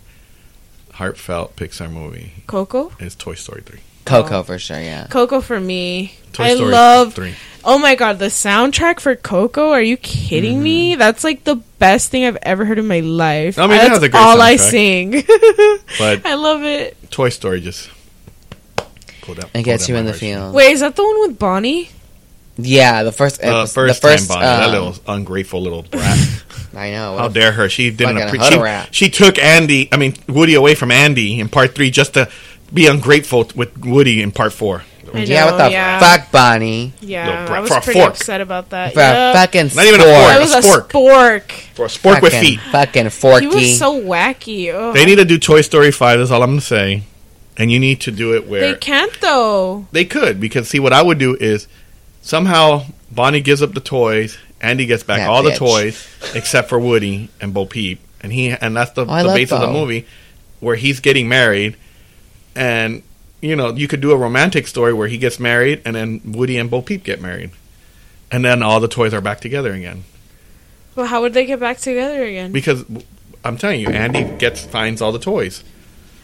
[SPEAKER 1] heartfelt Pixar movie
[SPEAKER 3] Coco?
[SPEAKER 1] is Toy Story 3.
[SPEAKER 2] Coco for sure. Yeah.
[SPEAKER 3] Coco for me.
[SPEAKER 1] Toy
[SPEAKER 3] I
[SPEAKER 1] Story
[SPEAKER 3] love
[SPEAKER 1] 3.
[SPEAKER 3] Oh my god, the soundtrack for Coco? Are you kidding me? That's like the best thing I've ever heard in my life.
[SPEAKER 1] Mm-hmm. I mean, it
[SPEAKER 3] that's
[SPEAKER 1] has a great
[SPEAKER 3] all I
[SPEAKER 1] soundtrack.
[SPEAKER 3] sing.
[SPEAKER 1] But Uh-huh.
[SPEAKER 3] I love it.
[SPEAKER 1] Toy Story just pulled out.
[SPEAKER 2] It gets you in the field.
[SPEAKER 3] Wait, is that the one with Bonnie?
[SPEAKER 2] Yeah, the first.
[SPEAKER 1] Uh,
[SPEAKER 2] episode-
[SPEAKER 1] first,
[SPEAKER 2] the first
[SPEAKER 1] time, Bonnie, that
[SPEAKER 2] um,
[SPEAKER 1] little ungrateful little brat.
[SPEAKER 2] I know.
[SPEAKER 1] How dare her? She didn't
[SPEAKER 2] Fucking
[SPEAKER 1] appreciate. She,
[SPEAKER 2] hood rat.
[SPEAKER 1] she took Andy, I mean Woody, away from Andy in part three just to be ungrateful with Woody in part four.
[SPEAKER 3] I
[SPEAKER 2] yeah,
[SPEAKER 3] know,
[SPEAKER 2] what the
[SPEAKER 3] yeah.
[SPEAKER 2] fuck, Bonnie?
[SPEAKER 3] Yeah,
[SPEAKER 1] brat-
[SPEAKER 3] I was
[SPEAKER 1] for a
[SPEAKER 3] pretty
[SPEAKER 1] fork.
[SPEAKER 3] upset about that.
[SPEAKER 2] For
[SPEAKER 3] Yep.
[SPEAKER 2] a fucking
[SPEAKER 1] Not even a
[SPEAKER 2] spork.
[SPEAKER 1] fork,
[SPEAKER 3] That was a spork.
[SPEAKER 1] spork. For a spork with
[SPEAKER 2] Fucking-
[SPEAKER 1] feet.
[SPEAKER 2] Fucking
[SPEAKER 3] He
[SPEAKER 2] forky.
[SPEAKER 3] was so wacky. Ugh.
[SPEAKER 1] They need to do Toy Story five. That's all I'm gonna say. And you need to do it where
[SPEAKER 3] They can't though.
[SPEAKER 1] They could because see what I would do is somehow Bonnie gives up the toys, Andy gets back
[SPEAKER 2] That
[SPEAKER 1] all
[SPEAKER 2] bitch.
[SPEAKER 1] the toys except for Woody and Bo Peep, and he and that's the,
[SPEAKER 2] Oh, I
[SPEAKER 1] the
[SPEAKER 2] love
[SPEAKER 1] base of the
[SPEAKER 2] Bo.
[SPEAKER 1] movie where he's getting married, and you know you could do a romantic story where he gets married and then Woody and Bo Peep get married, and then all the toys are back together again
[SPEAKER 3] Well, how would they get back together again?
[SPEAKER 1] because. I'm telling you, Andy gets finds all the toys.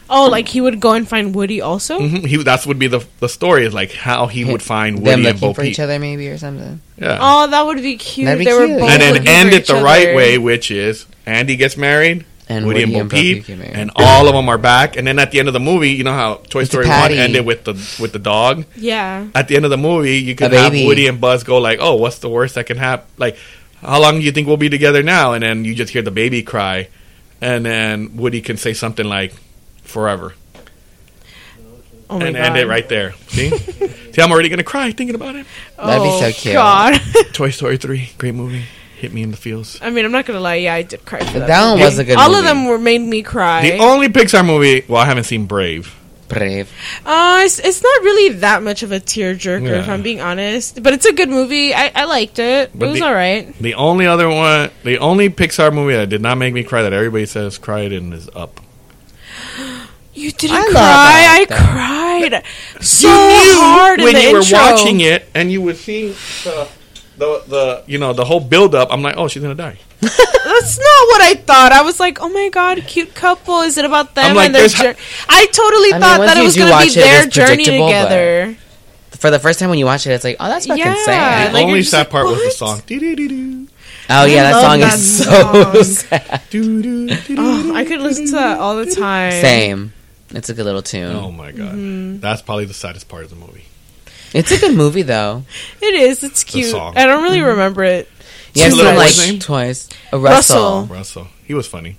[SPEAKER 3] Oh, like he would go and find Woody also?
[SPEAKER 1] hmm He that's would be the the story is like how he would find
[SPEAKER 2] them
[SPEAKER 1] Woody and
[SPEAKER 2] looking
[SPEAKER 1] Bo
[SPEAKER 2] for
[SPEAKER 1] Peep.
[SPEAKER 2] each other, maybe or something.
[SPEAKER 1] Yeah.
[SPEAKER 3] Oh, that would be cute.
[SPEAKER 2] That'd be
[SPEAKER 3] they were
[SPEAKER 2] cute.
[SPEAKER 3] both
[SPEAKER 1] and
[SPEAKER 3] looking
[SPEAKER 1] then end
[SPEAKER 3] for
[SPEAKER 1] it
[SPEAKER 3] each
[SPEAKER 1] the right
[SPEAKER 3] other.
[SPEAKER 1] way, which is Andy gets married,
[SPEAKER 2] And
[SPEAKER 1] Woody, and Bo
[SPEAKER 2] Bo
[SPEAKER 1] Peep,
[SPEAKER 2] Peep get married.
[SPEAKER 1] and all of them are back. And then at the end of the movie, you know how Toy
[SPEAKER 2] It's a
[SPEAKER 1] Story One
[SPEAKER 2] patty.
[SPEAKER 1] ended with the with the dog.
[SPEAKER 3] Yeah.
[SPEAKER 1] At the end of the movie, you could
[SPEAKER 2] A
[SPEAKER 1] have
[SPEAKER 2] baby.
[SPEAKER 1] Woody and Buzz go like, "Oh, what's the worst that can happen? Like, how long do you think we'll be together now?" And then you just hear the baby cry, and then Woody can say something like, "Forever,"
[SPEAKER 3] Oh my
[SPEAKER 1] and
[SPEAKER 3] god.
[SPEAKER 1] end it right there. See, see, I'm already gonna cry thinking about it.
[SPEAKER 2] That'd be
[SPEAKER 3] oh,
[SPEAKER 2] so cute.
[SPEAKER 3] God.
[SPEAKER 1] Toy Story Three, great movie, hit me in the feels.
[SPEAKER 3] I mean, I'm not gonna lie. Yeah, I did cry. For that
[SPEAKER 2] That one
[SPEAKER 3] movie.
[SPEAKER 2] was a good
[SPEAKER 3] All of
[SPEAKER 2] movie.
[SPEAKER 3] them were made me cry.
[SPEAKER 1] The only Pixar movie, well, I haven't seen Brave.
[SPEAKER 2] Brave.
[SPEAKER 3] uh, it's, it's not really that much of a tearjerker, if
[SPEAKER 1] Yeah.
[SPEAKER 3] I'm being honest. But it's a good movie. I, I liked it.
[SPEAKER 1] But
[SPEAKER 3] it was
[SPEAKER 1] the-
[SPEAKER 3] all right.
[SPEAKER 1] The only other one, the only Pixar movie that did not make me cry that everybody says cried in is Up.
[SPEAKER 3] You didn't
[SPEAKER 2] I love
[SPEAKER 3] cry. I
[SPEAKER 2] it,
[SPEAKER 3] cried so
[SPEAKER 1] you knew
[SPEAKER 3] hard in
[SPEAKER 1] when
[SPEAKER 3] the
[SPEAKER 1] you
[SPEAKER 3] intro.
[SPEAKER 1] were watching it, and you would see the, the, the you know the whole build up. I'm like, oh, she's gonna die.
[SPEAKER 3] That's not what I thought. I was like, oh my god, cute couple. Is it about them
[SPEAKER 1] I'm like,
[SPEAKER 3] and their
[SPEAKER 1] there's ho-
[SPEAKER 3] journey? I totally
[SPEAKER 2] I mean,
[SPEAKER 3] thought
[SPEAKER 2] once
[SPEAKER 3] that it
[SPEAKER 2] you
[SPEAKER 3] was
[SPEAKER 2] do
[SPEAKER 3] going to be
[SPEAKER 2] watch it,
[SPEAKER 3] their
[SPEAKER 2] it's
[SPEAKER 3] journey
[SPEAKER 2] predictable, but-
[SPEAKER 3] together.
[SPEAKER 2] For the first time when you watch it, it's like, oh, that's fucking
[SPEAKER 3] Yeah.
[SPEAKER 1] The
[SPEAKER 2] sad.
[SPEAKER 3] like, you're
[SPEAKER 1] only
[SPEAKER 3] just
[SPEAKER 1] sad
[SPEAKER 3] like,
[SPEAKER 1] part was the
[SPEAKER 3] what?
[SPEAKER 1] song. Doo-doo-doo-doo,
[SPEAKER 2] Oh yeah,
[SPEAKER 3] I
[SPEAKER 2] that
[SPEAKER 3] love
[SPEAKER 2] song
[SPEAKER 3] that
[SPEAKER 2] is
[SPEAKER 3] song.
[SPEAKER 2] so sad.
[SPEAKER 1] doo-doo-doo-doo.
[SPEAKER 3] Oh, I could listen to that all the time.
[SPEAKER 2] Same. It's a good little tune.
[SPEAKER 1] Oh my god,
[SPEAKER 3] Mm-hmm.
[SPEAKER 1] that's probably the saddest part of the movie.
[SPEAKER 2] It's a good movie though.
[SPEAKER 3] It is. It's cute.
[SPEAKER 1] song.
[SPEAKER 3] I don't
[SPEAKER 2] Mm-hmm.
[SPEAKER 3] really remember it.
[SPEAKER 2] Yeah, it's
[SPEAKER 1] Little
[SPEAKER 2] been
[SPEAKER 1] boy's name?
[SPEAKER 2] like twice. Uh,
[SPEAKER 3] Russell.
[SPEAKER 2] Russell.
[SPEAKER 1] Russell, he was funny.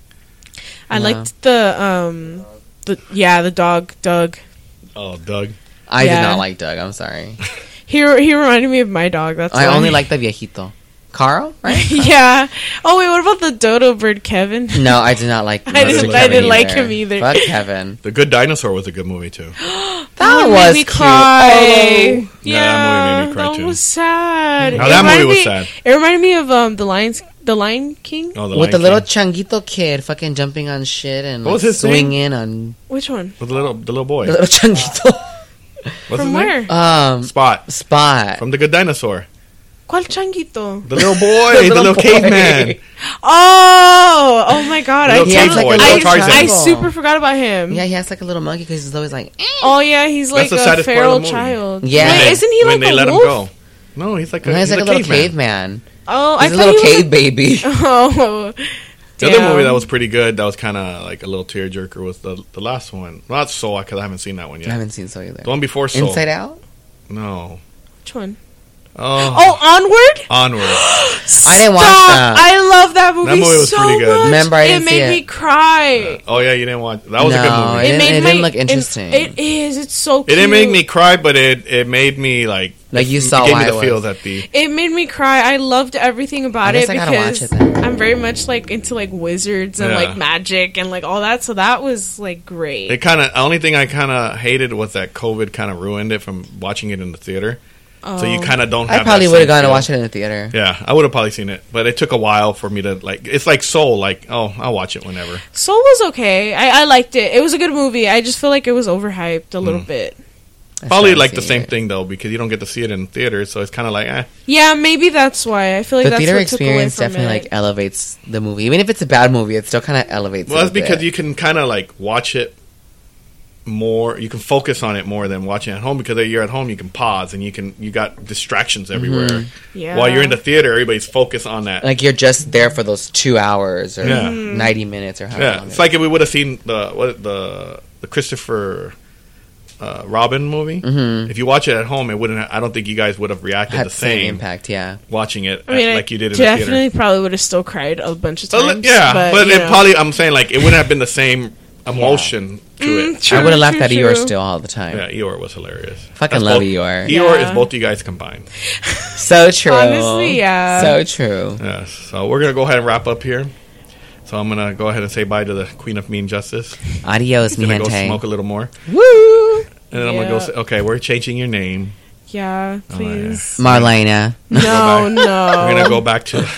[SPEAKER 3] I
[SPEAKER 2] No.
[SPEAKER 3] liked the um the yeah, the dog Doug.
[SPEAKER 1] Oh, Doug.
[SPEAKER 2] I
[SPEAKER 3] Yeah.
[SPEAKER 2] did not like Doug. I'm sorry.
[SPEAKER 3] He he reminded me of my dog. That's
[SPEAKER 2] I
[SPEAKER 3] why.
[SPEAKER 2] only like the viejito. Carl, right?
[SPEAKER 3] yeah. Oh wait, what about the dodo bird Kevin?
[SPEAKER 2] No, I did not like.
[SPEAKER 3] I
[SPEAKER 1] didn't-
[SPEAKER 2] Mr.
[SPEAKER 1] I
[SPEAKER 2] Kevin
[SPEAKER 1] didn't
[SPEAKER 3] like him either.
[SPEAKER 2] Fuck Kevin.
[SPEAKER 1] The Good Dinosaur was a good movie too.
[SPEAKER 2] That
[SPEAKER 3] one
[SPEAKER 2] was
[SPEAKER 3] made me
[SPEAKER 2] cute.
[SPEAKER 3] cry.
[SPEAKER 2] Oh.
[SPEAKER 1] Yeah,
[SPEAKER 3] Oh, Yeah,
[SPEAKER 1] that movie made me cry
[SPEAKER 3] that one
[SPEAKER 1] too.
[SPEAKER 3] was sad.
[SPEAKER 1] Now
[SPEAKER 3] It
[SPEAKER 1] that movie
[SPEAKER 3] reminded
[SPEAKER 1] was
[SPEAKER 3] me-
[SPEAKER 1] sad.
[SPEAKER 3] It reminded me of um the lions, the Lion King.
[SPEAKER 1] Oh, the Lion
[SPEAKER 2] With the little
[SPEAKER 1] King.
[SPEAKER 2] changuito kid fucking jumping on shit and
[SPEAKER 1] What was
[SPEAKER 2] like,
[SPEAKER 1] his name?
[SPEAKER 2] swinging on
[SPEAKER 3] Which one?
[SPEAKER 1] with the little the little boy.
[SPEAKER 2] the little changuito.
[SPEAKER 1] What's
[SPEAKER 3] From
[SPEAKER 1] his name?
[SPEAKER 3] where?
[SPEAKER 2] Um,
[SPEAKER 1] Spot
[SPEAKER 2] spot.
[SPEAKER 1] from the Good Dinosaur.
[SPEAKER 3] ¿Cuál changuito?
[SPEAKER 1] The little boy, the,
[SPEAKER 2] little
[SPEAKER 1] little
[SPEAKER 2] boy.
[SPEAKER 1] caveman.
[SPEAKER 3] Oh, oh my god! I,
[SPEAKER 1] Little
[SPEAKER 3] totally,
[SPEAKER 1] Tarzan.
[SPEAKER 3] I,
[SPEAKER 1] Little Tarzan.
[SPEAKER 3] I super forgot about him.
[SPEAKER 2] Yeah, he has like a little monkey because he's always like, eh.
[SPEAKER 3] Oh yeah, he's like
[SPEAKER 1] the
[SPEAKER 3] a
[SPEAKER 1] saddest part of the
[SPEAKER 3] feral
[SPEAKER 1] movie.
[SPEAKER 3] child.
[SPEAKER 2] Yeah.
[SPEAKER 3] Wait,
[SPEAKER 1] When they-
[SPEAKER 3] isn't he
[SPEAKER 1] when
[SPEAKER 3] like
[SPEAKER 1] they
[SPEAKER 3] a
[SPEAKER 1] let
[SPEAKER 3] wolf?
[SPEAKER 1] him go? No, he's like a,
[SPEAKER 2] and he's like a little
[SPEAKER 1] caveman.
[SPEAKER 2] caveman.
[SPEAKER 3] Oh, I
[SPEAKER 2] He's a
[SPEAKER 3] thought
[SPEAKER 2] little
[SPEAKER 3] he was
[SPEAKER 2] cave baby.
[SPEAKER 3] Oh,
[SPEAKER 1] The other
[SPEAKER 3] Damn.
[SPEAKER 1] movie that was pretty good, that was kind of like a little tearjerker, was the the last one. Not Soul, because I haven't seen that one
[SPEAKER 2] I
[SPEAKER 1] yet.
[SPEAKER 2] haven't seen so either.
[SPEAKER 1] The one before Soul.
[SPEAKER 2] Inside Out.
[SPEAKER 1] No.
[SPEAKER 3] Which one?
[SPEAKER 1] Oh,
[SPEAKER 3] Oh, Onward.
[SPEAKER 1] Onward.
[SPEAKER 2] I didn't watch
[SPEAKER 3] Stop.
[SPEAKER 2] that.
[SPEAKER 3] I love that movie,
[SPEAKER 1] That movie was
[SPEAKER 3] so
[SPEAKER 1] pretty good.
[SPEAKER 3] much.
[SPEAKER 2] Remember, I
[SPEAKER 3] it
[SPEAKER 2] didn't
[SPEAKER 3] made
[SPEAKER 2] see it.
[SPEAKER 3] me cry.
[SPEAKER 1] Oh yeah, you didn't watch. That was a
[SPEAKER 2] No,
[SPEAKER 1] good movie.
[SPEAKER 2] I didn't-
[SPEAKER 3] made
[SPEAKER 2] it
[SPEAKER 3] my-
[SPEAKER 2] didn't look interesting.
[SPEAKER 3] It, it is. It's so.
[SPEAKER 1] It
[SPEAKER 3] Cute.
[SPEAKER 1] didn't make me cry, but it it made me like
[SPEAKER 2] Like you
[SPEAKER 1] it
[SPEAKER 2] saw
[SPEAKER 1] gave
[SPEAKER 2] why
[SPEAKER 1] me
[SPEAKER 2] it
[SPEAKER 1] the
[SPEAKER 2] was.
[SPEAKER 1] feels at the.
[SPEAKER 3] It made me cry. I loved everything about
[SPEAKER 2] I guess
[SPEAKER 3] it
[SPEAKER 2] I gotta watch
[SPEAKER 3] because
[SPEAKER 2] it then.
[SPEAKER 3] I'm very much like into like wizards and
[SPEAKER 1] Yeah.
[SPEAKER 3] like magic and like all that. So that was like great.
[SPEAKER 1] It kind of. The only thing I kind of hated was that COVID kind of ruined it from watching it in the theater. So
[SPEAKER 3] Oh,
[SPEAKER 1] you kind of don't. Have
[SPEAKER 2] I probably would have gone to watch
[SPEAKER 1] it.
[SPEAKER 2] it in the theater.
[SPEAKER 1] Yeah, I would have probably seen it, but it took a while for me to like. It's like Soul. Like, oh, I'll watch it whenever.
[SPEAKER 3] Soul was okay. I, I liked it. It was a good movie. I just feel like it was overhyped a little
[SPEAKER 1] Mm.
[SPEAKER 3] bit.
[SPEAKER 2] I
[SPEAKER 1] Probably
[SPEAKER 2] still
[SPEAKER 1] like
[SPEAKER 2] haven't
[SPEAKER 1] the
[SPEAKER 2] seen
[SPEAKER 1] same
[SPEAKER 2] it.
[SPEAKER 1] thing though, because you don't get to see it in theaters, so it's kind of like, eh.
[SPEAKER 3] Yeah, maybe that's why. I feel like
[SPEAKER 2] The
[SPEAKER 3] that's
[SPEAKER 2] theater
[SPEAKER 3] what
[SPEAKER 2] experience
[SPEAKER 3] took away from
[SPEAKER 2] definitely
[SPEAKER 3] it.
[SPEAKER 2] like elevates the movie. Even if it's a bad movie, it still kind of elevates.
[SPEAKER 1] Well,
[SPEAKER 2] it a
[SPEAKER 1] that's because
[SPEAKER 2] bit.
[SPEAKER 1] you can kind of like watch it more. You can focus on it more than watching at home because you're at home. You can pause and you can you got distractions everywhere.
[SPEAKER 3] Yeah.
[SPEAKER 1] While you're in the theater, everybody's focused on that.
[SPEAKER 2] Mm-hmm. like you're just there for those two hours or
[SPEAKER 1] Yeah.
[SPEAKER 3] Mm.
[SPEAKER 2] ninety minutes or however
[SPEAKER 1] yeah,
[SPEAKER 2] long.
[SPEAKER 1] it's
[SPEAKER 2] it
[SPEAKER 1] like if we would have seen the what the the Christopher. Uh, Robin movie. If you watch it at home, it wouldn't. I don't think you guys would have reacted
[SPEAKER 2] Mm-hmm. had
[SPEAKER 1] the same
[SPEAKER 2] impact. Yeah,
[SPEAKER 1] watching it
[SPEAKER 3] I mean,
[SPEAKER 1] at-
[SPEAKER 3] I
[SPEAKER 1] like you did in the
[SPEAKER 3] definitely
[SPEAKER 1] theater.
[SPEAKER 3] probably would have still cried a bunch of
[SPEAKER 1] A
[SPEAKER 3] times.
[SPEAKER 1] li- yeah, but,
[SPEAKER 3] you
[SPEAKER 1] it
[SPEAKER 3] know.
[SPEAKER 1] probably I'm saying like it wouldn't have been the same emotion to
[SPEAKER 3] Mm,
[SPEAKER 1] it.
[SPEAKER 3] true,
[SPEAKER 2] I would have laughed
[SPEAKER 3] true,
[SPEAKER 2] at Eeyore
[SPEAKER 3] true.
[SPEAKER 2] still all the time.
[SPEAKER 1] Yeah, Eeyore was hilarious.
[SPEAKER 2] Fucking
[SPEAKER 1] That's
[SPEAKER 2] love
[SPEAKER 1] both-
[SPEAKER 2] Eeyore.
[SPEAKER 1] Eeyore
[SPEAKER 3] Yeah.
[SPEAKER 1] is both you guys combined.
[SPEAKER 2] So true.
[SPEAKER 3] Honestly, yeah.
[SPEAKER 2] So true.
[SPEAKER 1] Yes. So we're gonna go ahead and wrap up here. So I'm gonna go ahead and say bye to the Queen of Mean Justice.
[SPEAKER 2] Adios, mi
[SPEAKER 1] Gonna go
[SPEAKER 2] gente.
[SPEAKER 1] smoke a little more,
[SPEAKER 2] Woo!
[SPEAKER 1] and then I'm gonna go. Oh,
[SPEAKER 3] Yeah.
[SPEAKER 1] Say, okay, we're changing your name.
[SPEAKER 3] Yeah, please.
[SPEAKER 2] Marlena.
[SPEAKER 3] No,
[SPEAKER 1] Go
[SPEAKER 3] no.
[SPEAKER 1] We're gonna go back to.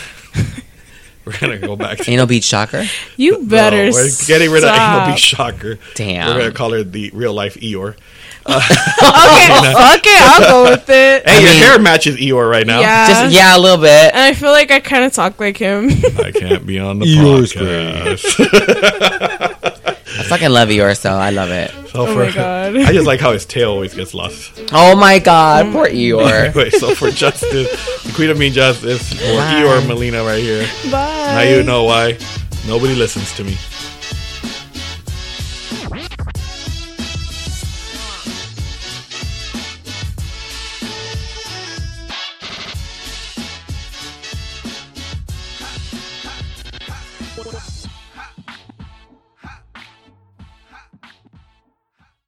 [SPEAKER 1] we're gonna go back to.
[SPEAKER 2] Anal beach shocker.
[SPEAKER 3] You better.
[SPEAKER 1] No, we're getting rid of
[SPEAKER 3] stop.
[SPEAKER 1] Anal B Shocker.
[SPEAKER 2] Damn.
[SPEAKER 1] We're gonna call her the real life Eeyore.
[SPEAKER 3] Okay, fuck it. I'll go with it.
[SPEAKER 1] Hey, your
[SPEAKER 2] mean-
[SPEAKER 1] hair matches Eeyore right now.
[SPEAKER 3] Yeah.
[SPEAKER 2] Just yeah, a little bit.
[SPEAKER 3] And I feel like I kind of talk like him. Oh
[SPEAKER 1] I can't be on the
[SPEAKER 4] Eeyore's
[SPEAKER 1] podcast.
[SPEAKER 2] I fucking love Eeyore, so I love it.
[SPEAKER 1] So
[SPEAKER 3] Oh my God.
[SPEAKER 1] I just like how his tail always gets lost.
[SPEAKER 2] Oh my god, poor Eeyore.
[SPEAKER 1] Anyway, so for Justice, the Queen of Mean Justice, or
[SPEAKER 2] Bye.
[SPEAKER 1] Eeyore Molina right here.
[SPEAKER 3] Bye.
[SPEAKER 1] Now you know why nobody listens to me.